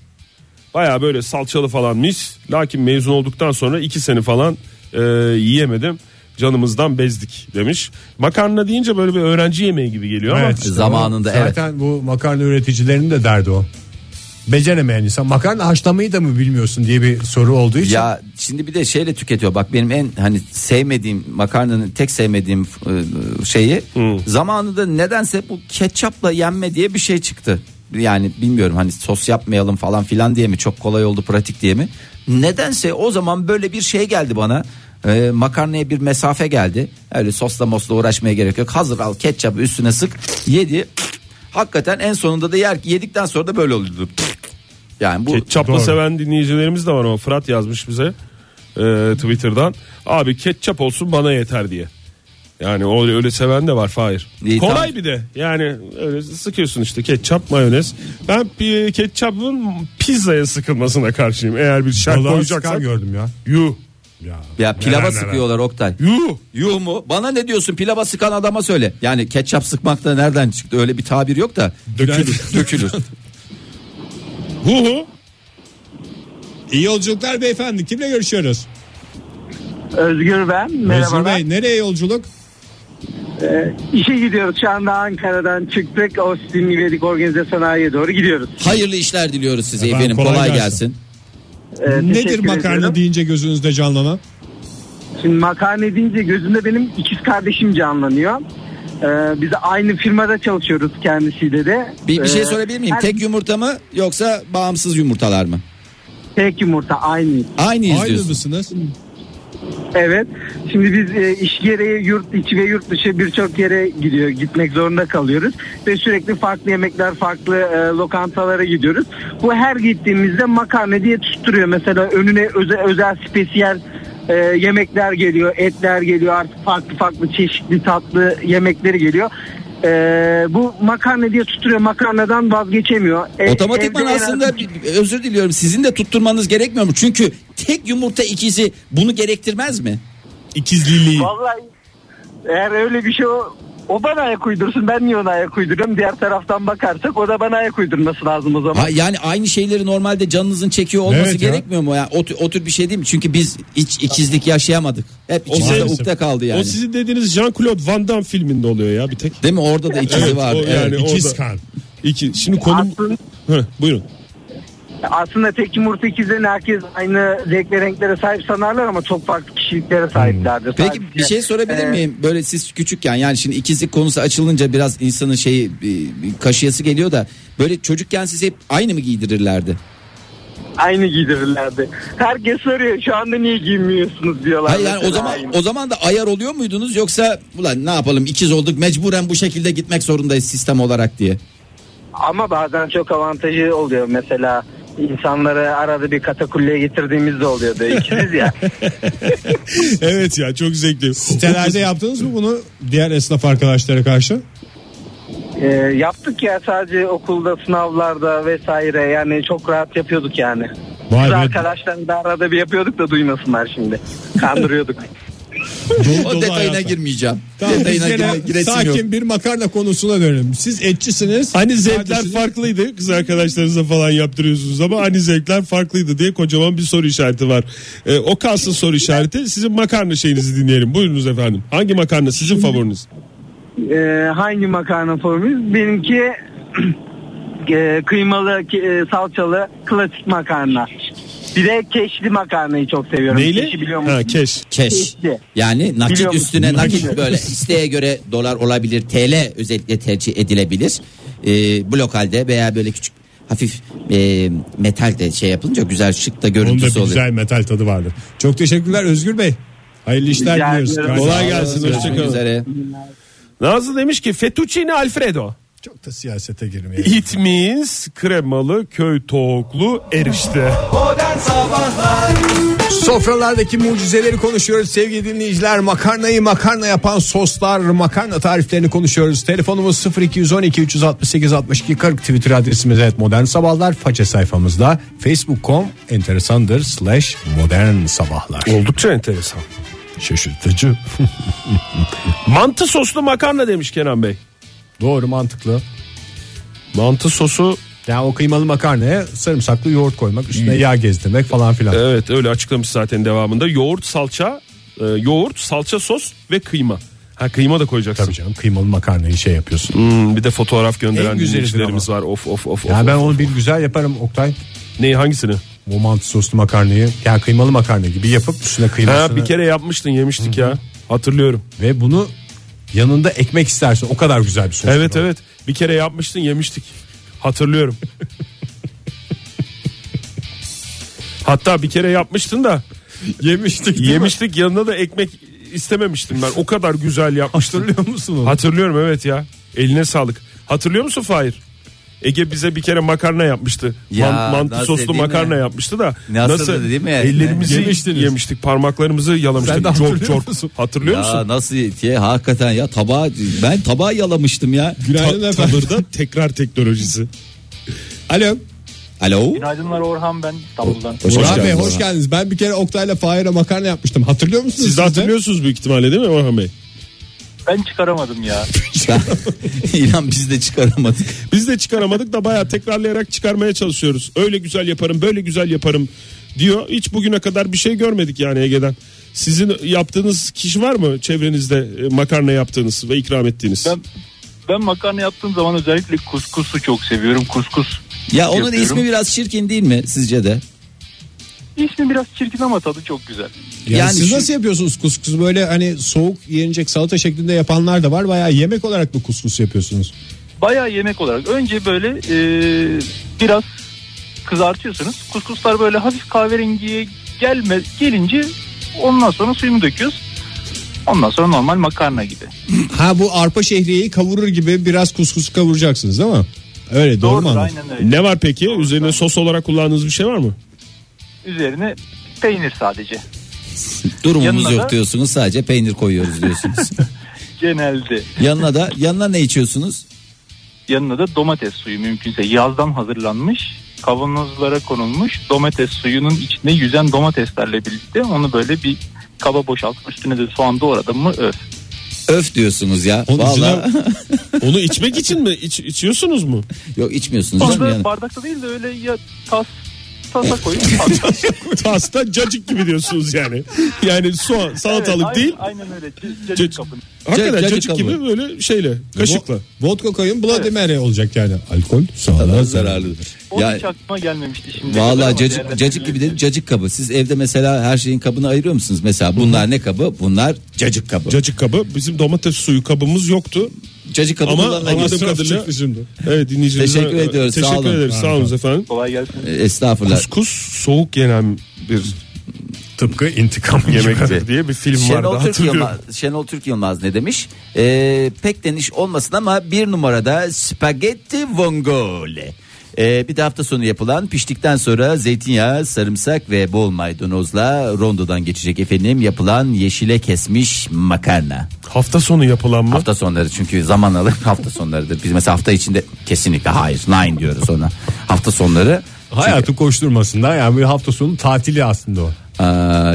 Speaker 4: Baya böyle salçalı falan mis. Lakin mezun olduktan sonra iki sene falan e, yiyemedim. Canımızdan bezdik demiş. Makarna deyince böyle bir öğrenci yemeği gibi geliyor ama.
Speaker 2: işte
Speaker 3: zamanında,
Speaker 2: o- Zaten bu makarna üreticilerinin de derdi o. Beceremeyen insan makarna haşlamayı da mı bilmiyorsun diye bir soru olduğu için.
Speaker 3: Ya şimdi bir de şeyle tüketiyor. Bak benim en hani sevmediğim makarnanın tek sevmediğim e, şeyi zamanında nedense bu ketçapla yenme diye bir şey çıktı. Yani bilmiyorum hani sos yapmayalım falan filan diye mi çok kolay oldu pratik diye mi? Nedense o zaman böyle bir şey geldi bana. E, makarnaya bir mesafe geldi. Öyle sosla mosla uğraşmaya gerek yok. Hazır al ketçabı üstüne sık. Yedi. Hakikaten en sonunda da yer yedikten sonra da böyle oldu. Yani bu
Speaker 4: Ketçapla
Speaker 2: Doğru.
Speaker 4: seven dinleyicilerimiz de var ama Fırat yazmış bize e, Twitter'dan. Abi ketçap olsun bana yeter diye. Yani o öyle seven de var Fahir.
Speaker 3: İyi,
Speaker 4: Kolay
Speaker 3: tamam.
Speaker 4: bir de. Yani öyle sıkıyorsun işte ketçap, mayonez. Ben pi- ketçapın pizzaya sıkılmasına karşıyım. Eğer bir şart
Speaker 2: Vallahi sıkan
Speaker 4: koyacaksak.
Speaker 2: gördüm ya.
Speaker 4: Yuh.
Speaker 2: Ya,
Speaker 3: Ya pilava
Speaker 2: neler neler.
Speaker 3: sıkıyorlar Oktay.
Speaker 4: Yuh.
Speaker 3: Yuh mu? Bana ne diyorsun pilava sıkan adama söyle. Yani ketçap sıkmak da nereden çıktı öyle bir tabir yok da.
Speaker 2: Dökülür.
Speaker 3: Dökülür.
Speaker 4: Hu hu.
Speaker 2: İyi yolculuklar beyefendi. Kimle görüşüyoruz?
Speaker 6: Özgür ben.
Speaker 2: Özgür
Speaker 6: Merhabalar.
Speaker 2: Bey nereye yolculuk?
Speaker 6: Ee, işe gidiyoruz. Şu anda Ankara'dan çıktık. Ostim İvedik Organize Sanayi'ye doğru gidiyoruz.
Speaker 3: Hayırlı işler diliyoruz size
Speaker 2: Efendim,
Speaker 3: efendim. Kolay,
Speaker 2: kolay
Speaker 3: gelsin.
Speaker 2: gelsin.
Speaker 6: Ee,
Speaker 2: Nedir
Speaker 6: teşekkür
Speaker 2: makarna
Speaker 6: ediyorum.
Speaker 2: deyince gözünüzde canlanan?
Speaker 6: Şimdi makarna deyince gözümde benim ikiz kardeşim canlanıyor. Ee, biz aynı firmada çalışıyoruz kendisiyle de.
Speaker 3: Bir, bir şey
Speaker 6: Ee,
Speaker 3: sorabilir miyim?
Speaker 6: her-
Speaker 3: Tek yumurta mı yoksa bağımsız yumurtalar mı?
Speaker 6: tek yumurta aynı.
Speaker 3: Aynı
Speaker 2: Aynı
Speaker 3: izliyorsun.
Speaker 2: mısınız?
Speaker 6: Evet. Şimdi biz e, iş gereği yurt içi ve yurt dışı birçok yere gidiyor, gitmek zorunda kalıyoruz ve sürekli farklı yemekler, farklı e, lokantalara gidiyoruz. Bu her gittiğimizde makarna diye tutturuyor. Mesela önüne özel özel spesiyel e, yemekler geliyor, etler geliyor, artık farklı farklı çeşitli tatlı yemekleri geliyor. E, bu makarna diye tutturuyor. Makarnadan vazgeçemiyor. E,
Speaker 3: Otomatikman
Speaker 6: evde en az
Speaker 3: aslında bir- özür diliyorum sizin de tutturmanız gerekmiyor mu? Çünkü tek yumurta ikizi bunu gerektirmez mi?
Speaker 4: İkizliliği.
Speaker 6: Vallahi eğer öyle bir şey o, o bana ayak uydursun ben niye ona ayak uyduruyorum diğer taraftan bakarsak o da bana ayak uydurması lazım o zaman.
Speaker 3: Ha, yani aynı şeyleri normalde canınızın çekiyor olması
Speaker 2: Evet ya.
Speaker 3: gerekmiyor mu? ya? o, tür- o tür bir şey değil mi? Çünkü biz hiç ikizlik yaşayamadık. Hep ikimizde
Speaker 4: Maalesef.
Speaker 3: ukde kaldı
Speaker 4: O
Speaker 3: yani.
Speaker 4: sizin dediğiniz Jean-Claude Van Damme filminde oluyor ya bir tek.
Speaker 3: Değil mi? Orada da ikizi
Speaker 4: Evet,
Speaker 3: var.
Speaker 4: o
Speaker 3: Evet.
Speaker 4: yani
Speaker 2: İkiz
Speaker 4: orada-
Speaker 2: kan.
Speaker 4: İki. Şimdi konum...
Speaker 6: Aslında,
Speaker 4: Heh, buyurun.
Speaker 6: aslında tek yumurta ikizlerin herkes aynı renk ve renklere sahip sanarlar ama çok farklı kişiliklere sahiplerdir.
Speaker 3: Hmm. Peki bir şey sorabilir
Speaker 6: Ee,
Speaker 3: miyim? Böyle siz küçükken yani şimdi ikizlik konusu açılınca biraz insanın şeyi e, bir kaşıyası geliyor da böyle çocukken siz hep aynı mı giydirirlerdi?
Speaker 6: Aynı giydirirlerdi. Herkes soruyor şu anda niye giymiyorsunuz diyorlar.
Speaker 3: Hayır yani o
Speaker 6: Mesela
Speaker 3: zaman
Speaker 6: aynı.
Speaker 3: o zaman da ayar oluyor muydunuz yoksa ulan ne yapalım ikiz olduk mecburen bu şekilde gitmek zorundayız sistem olarak diye.
Speaker 6: Ama bazen çok avantajı oluyor mesela insanları arada bir katakulleye getirdiğimiz de oluyordu ikiziz ya.
Speaker 4: Evet ya çok zevkli.
Speaker 2: Sitelerde yaptınız mı bunu diğer esnaf arkadaşlara karşı?
Speaker 6: Ee, yaptık ya sadece okulda sınavlarda vesaire yani çok rahat yapıyorduk yani.
Speaker 2: Vay
Speaker 6: Biz
Speaker 2: be.
Speaker 6: arkadaşlarla da arada bir yapıyorduk da duymasınlar şimdi. Kandırıyorduk.
Speaker 2: Dolu
Speaker 3: O
Speaker 2: dolu
Speaker 3: detayına
Speaker 2: hayatlar.
Speaker 3: girmeyeceğim.
Speaker 2: Tamam, biz
Speaker 3: detayına
Speaker 2: gene
Speaker 3: girme, giresim
Speaker 2: sakin
Speaker 3: yok.
Speaker 2: bir makarna konusuna dönelim. Siz etçisiniz.
Speaker 4: Hani zevkler
Speaker 2: Sadece-
Speaker 4: farklıydı kız arkadaşlarınızla falan yaptırıyorsunuz ama hani zevkler farklıydı diye kocaman bir soru işareti var. Ee, o kalsın soru işareti sizin makarna şeyinizi dinleyelim. Buyurunuz efendim. Hangi makarna sizin favoriniz?
Speaker 6: Ee, hangi makarna formumuz? Benimki e, kıymalı, ki- e, salçalı, klasik makarna. Bir de keşli makarnayı çok seviyorum. Keşi
Speaker 4: Neyle?
Speaker 6: biliyor
Speaker 4: Ha
Speaker 6: musun?
Speaker 4: keş.
Speaker 3: Keş.
Speaker 6: Keşli.
Speaker 3: Yani nakit
Speaker 6: Biliyor musun?
Speaker 3: üstüne nakit,
Speaker 6: Nakit.
Speaker 3: böyle isteğe göre dolar olabilir. TL özellikle tercih edilebilir. Ee, blok halde veya böyle küçük hafif e, metal de şey yapılınca güzel şık da
Speaker 2: Onun da
Speaker 3: görüntüsü
Speaker 2: bir
Speaker 3: oluyor.
Speaker 2: güzel metal tadı vardır. Çok teşekkürler Özgür Bey. Hayırlı işler
Speaker 6: Rica
Speaker 2: diliyoruz.
Speaker 6: ediyorum.
Speaker 2: Gayet-
Speaker 4: Kolay gelsin,
Speaker 3: Görüşmek
Speaker 4: hoşçakalın.
Speaker 3: üzere.
Speaker 4: Nazlı demiş ki fettuccine alfredo.
Speaker 2: Çok da siyasete girmeyelim.
Speaker 4: It means kremalı köy tavuklu erişte.
Speaker 2: Sofralardaki mucizeleri konuşuyoruz sevgili dinleyiciler. Makarnayı makarna yapan soslar, makarna tariflerini konuşuyoruz. Telefonumuz 0212 368 62 40 Twitter adresimiz et modern sabahlar. Faça sayfamızda facebook.com enteresandır slash modern sabahlar.
Speaker 4: Oldukça enteresan.
Speaker 2: Şaşırtıcı.
Speaker 4: Mantı soslu makarna demiş Kenan Bey.
Speaker 2: Doğru mantıklı.
Speaker 4: Mantı sosu
Speaker 2: Yani o kıymalı makarnaya sarımsaklı yoğurt koymak, üstüne yağ gezdirmek falan filan.
Speaker 4: Hmm. Evet öyle açıklamış zaten devamında. Yoğurt, salça, e, yoğurt, salça sos ve kıyma. Ha kıyma da koyacaksın.
Speaker 2: Tabii canım kıymalı makarnayı şey yapıyorsun.
Speaker 4: Hmm, bir de fotoğraf gönderen
Speaker 2: En güzelidir
Speaker 4: dinleyicilerimiz var. Of of of.
Speaker 2: Yani
Speaker 4: of,
Speaker 2: ben
Speaker 4: of.
Speaker 2: onu bir güzel yaparım Oktay.
Speaker 4: Neyi hangisini?
Speaker 2: Bu mantı soslu makarnayı yani kıymalı makarna gibi yapıp üstüne kıymasını
Speaker 4: Ha bir kere yapmıştın yemiştik ya. Hatırlıyorum.
Speaker 2: ve bunu yanında ekmek istersen o kadar güzel bir sos.
Speaker 4: Evet evet. Bir kere yapmıştın yemiştik. Hatırlıyorum. Hatta bir kere yapmıştın da
Speaker 2: Yemiştik değil mi?
Speaker 4: yemiştik yanına da ekmek istememiştim ben. O kadar güzel yapmıştın.
Speaker 2: Hatırlıyor musun onu?
Speaker 4: Hatırlıyorum evet ya. Eline sağlık. Hatırlıyor musun Fahir? Ege bize bir kere makarna yapmıştı.
Speaker 3: Ya,
Speaker 4: Man- mantı
Speaker 3: nasıl
Speaker 4: soslu
Speaker 3: değil
Speaker 4: makarna
Speaker 3: mi?
Speaker 4: yapmıştı da.
Speaker 3: Nasıldı değil mi?
Speaker 4: Ellerimizi
Speaker 2: Yemiştiniz.
Speaker 4: yemiştik parmaklarımızı yalamıştık.
Speaker 2: Sen de
Speaker 4: Çok
Speaker 2: hatırlıyor
Speaker 4: çok.
Speaker 2: musun?
Speaker 4: Hatırlıyor musun?
Speaker 7: Ya nasıl diye hakikaten ya tabağı ben tabağı yalamıştım ya.
Speaker 2: Günaydın
Speaker 4: Ta-
Speaker 2: efendim.
Speaker 4: tavırda tekrar teknolojisi.
Speaker 2: Alo.
Speaker 7: Alo.
Speaker 8: Günaydınlar Orhan ben İstanbul'dan.
Speaker 7: Hoş
Speaker 2: Orhan
Speaker 7: geldin
Speaker 2: Bey
Speaker 7: Orhan.
Speaker 2: hoş geldiniz. Ben bir kere Oktay'la Fahir'e makarna yapmıştım. Hatırlıyor musunuz?
Speaker 4: Siz de hatırlıyorsunuz büyük ihtimalle değil mi Orhan Bey?
Speaker 8: Ben çıkaramadım ya.
Speaker 7: İnan biz de çıkaramadık.
Speaker 4: Biz de çıkaramadık da bayağı tekrarlayarak çıkarmaya çalışıyoruz. Öyle güzel yaparım, böyle güzel yaparım diyor. Hiç bugüne kadar bir şey görmedik yani Ege'den. Sizin yaptığınız kişi var mı çevrenizde e, makarna yaptığınız ve ikram ettiğiniz?
Speaker 8: Ben ben makarna yaptığım zaman özellikle kuskusu çok seviyorum. Kuskus.
Speaker 7: Ya onun
Speaker 8: Yapıyorum.
Speaker 7: ismi biraz çirkin değil mi sizce de?
Speaker 8: İsmi biraz çirkin ama tadı çok güzel.
Speaker 2: Yani,
Speaker 7: Yani
Speaker 2: siz
Speaker 7: şu-
Speaker 2: nasıl yapıyorsunuz kuskusu? Böyle hani soğuk yenecek salata şeklinde yapanlar da var. Bayağı yemek olarak mı kuskus yapıyorsunuz?
Speaker 8: Bayağı yemek olarak. Önce böyle e, biraz kızartıyorsunuz. Kuskuslar böyle hafif kahverengiye gelme gelince ondan sonra suyunu döküyoruz. Ondan sonra normal makarna gibi.
Speaker 2: Ha bu arpa şehriyeyi kavurur gibi biraz kuskusu kavuracaksınız değil mi? Öyle doğru, mu
Speaker 8: Doğrudur,
Speaker 2: anladım?
Speaker 8: aynen öyle.
Speaker 4: Ne var peki? Üzerine sos olarak kullandığınız bir şey var mı?
Speaker 8: Üzerine peynir sadece.
Speaker 7: Durumumuz
Speaker 8: Yanına
Speaker 7: yok
Speaker 8: da-
Speaker 7: diyorsunuz sadece peynir koyuyoruz diyorsunuz.
Speaker 8: Genelde.
Speaker 7: yanına da yanına ne içiyorsunuz?
Speaker 8: Yanına da domates suyu mümkünse yazdan hazırlanmış kavanozlara konulmuş domates suyunun içinde yüzen domateslerle birlikte onu böyle bir kaba boşaltıp üstüne de soğan doğradım mı öf.
Speaker 7: Öf diyorsunuz ya.
Speaker 4: Onun
Speaker 7: Vallahi
Speaker 4: Onu içmek için mi? İç, içiyorsunuz mu?
Speaker 7: yok içmiyorsunuz.
Speaker 8: Onu
Speaker 7: canım
Speaker 8: da
Speaker 7: yani.
Speaker 8: bardakta değil de öyle ya tas tasa koyup patlat.
Speaker 4: Pasta cacık gibi diyorsunuz yani. Yani soğan, salatalık
Speaker 8: Evet,
Speaker 4: değil.
Speaker 8: Aynen aynen öyle. C-
Speaker 4: Cacık.
Speaker 8: Cacık kabını.
Speaker 4: Hakikaten
Speaker 7: cacık
Speaker 4: cacık gibi
Speaker 7: alın.
Speaker 4: böyle şeyle, kaşıkla.
Speaker 2: Vo- Vodka koyun Bloody Mary olacak yani. Alkol
Speaker 7: Daha
Speaker 2: sağlığa zararlı.
Speaker 7: zararlıdır.
Speaker 8: O
Speaker 7: Ya
Speaker 8: hiç aklıma gelmemişti şimdi.
Speaker 7: Vallahi cacık, cacık gibi dedi cacık kabı. Siz evde mesela her şeyin kabını ayırıyor musunuz? Mesela bunlar ne kabı? Bunlar cacık kabı.
Speaker 4: Cacık kabı. Bizim domates suyu kabımız yoktu.
Speaker 7: cacık kabı
Speaker 4: Ama
Speaker 7: kullanılan-
Speaker 4: anladığım kadarıyla
Speaker 2: şimdi.
Speaker 4: Evet dinleyicilerimize
Speaker 7: Teşekkür ediyoruz, sağ
Speaker 4: Teşekkür
Speaker 7: olun.
Speaker 4: ederiz. Sağ olun efendim.
Speaker 8: Kolay gelsin.
Speaker 7: E, Estağfurullah.
Speaker 4: Kuskus soğuk yenen bir
Speaker 2: Tıpkı intikam
Speaker 4: yemektir diye bir film vardı
Speaker 3: Şenol Türk,
Speaker 4: hatırlıyorum.
Speaker 3: Yılmaz, Şenol Türk Yılmaz ne demiş? Ee, pek deniş olmasın ama bir numarada spagetti vongole. Ee, bir de hafta sonu yapılan piştikten sonra zeytinyağı, sarımsak ve bol maydanozla rondodan geçecek efendim yapılan yeşile kesmiş makarna.
Speaker 4: Hafta sonu yapılan mı?
Speaker 3: Hafta sonları çünkü zaman alır hafta sonlarıdır. Biz mesela hafta içinde kesinlikle hayır nine diyoruz ona. Hafta sonları
Speaker 2: Hayatı koşturmasında yani bir hafta sonu tatili aslında o.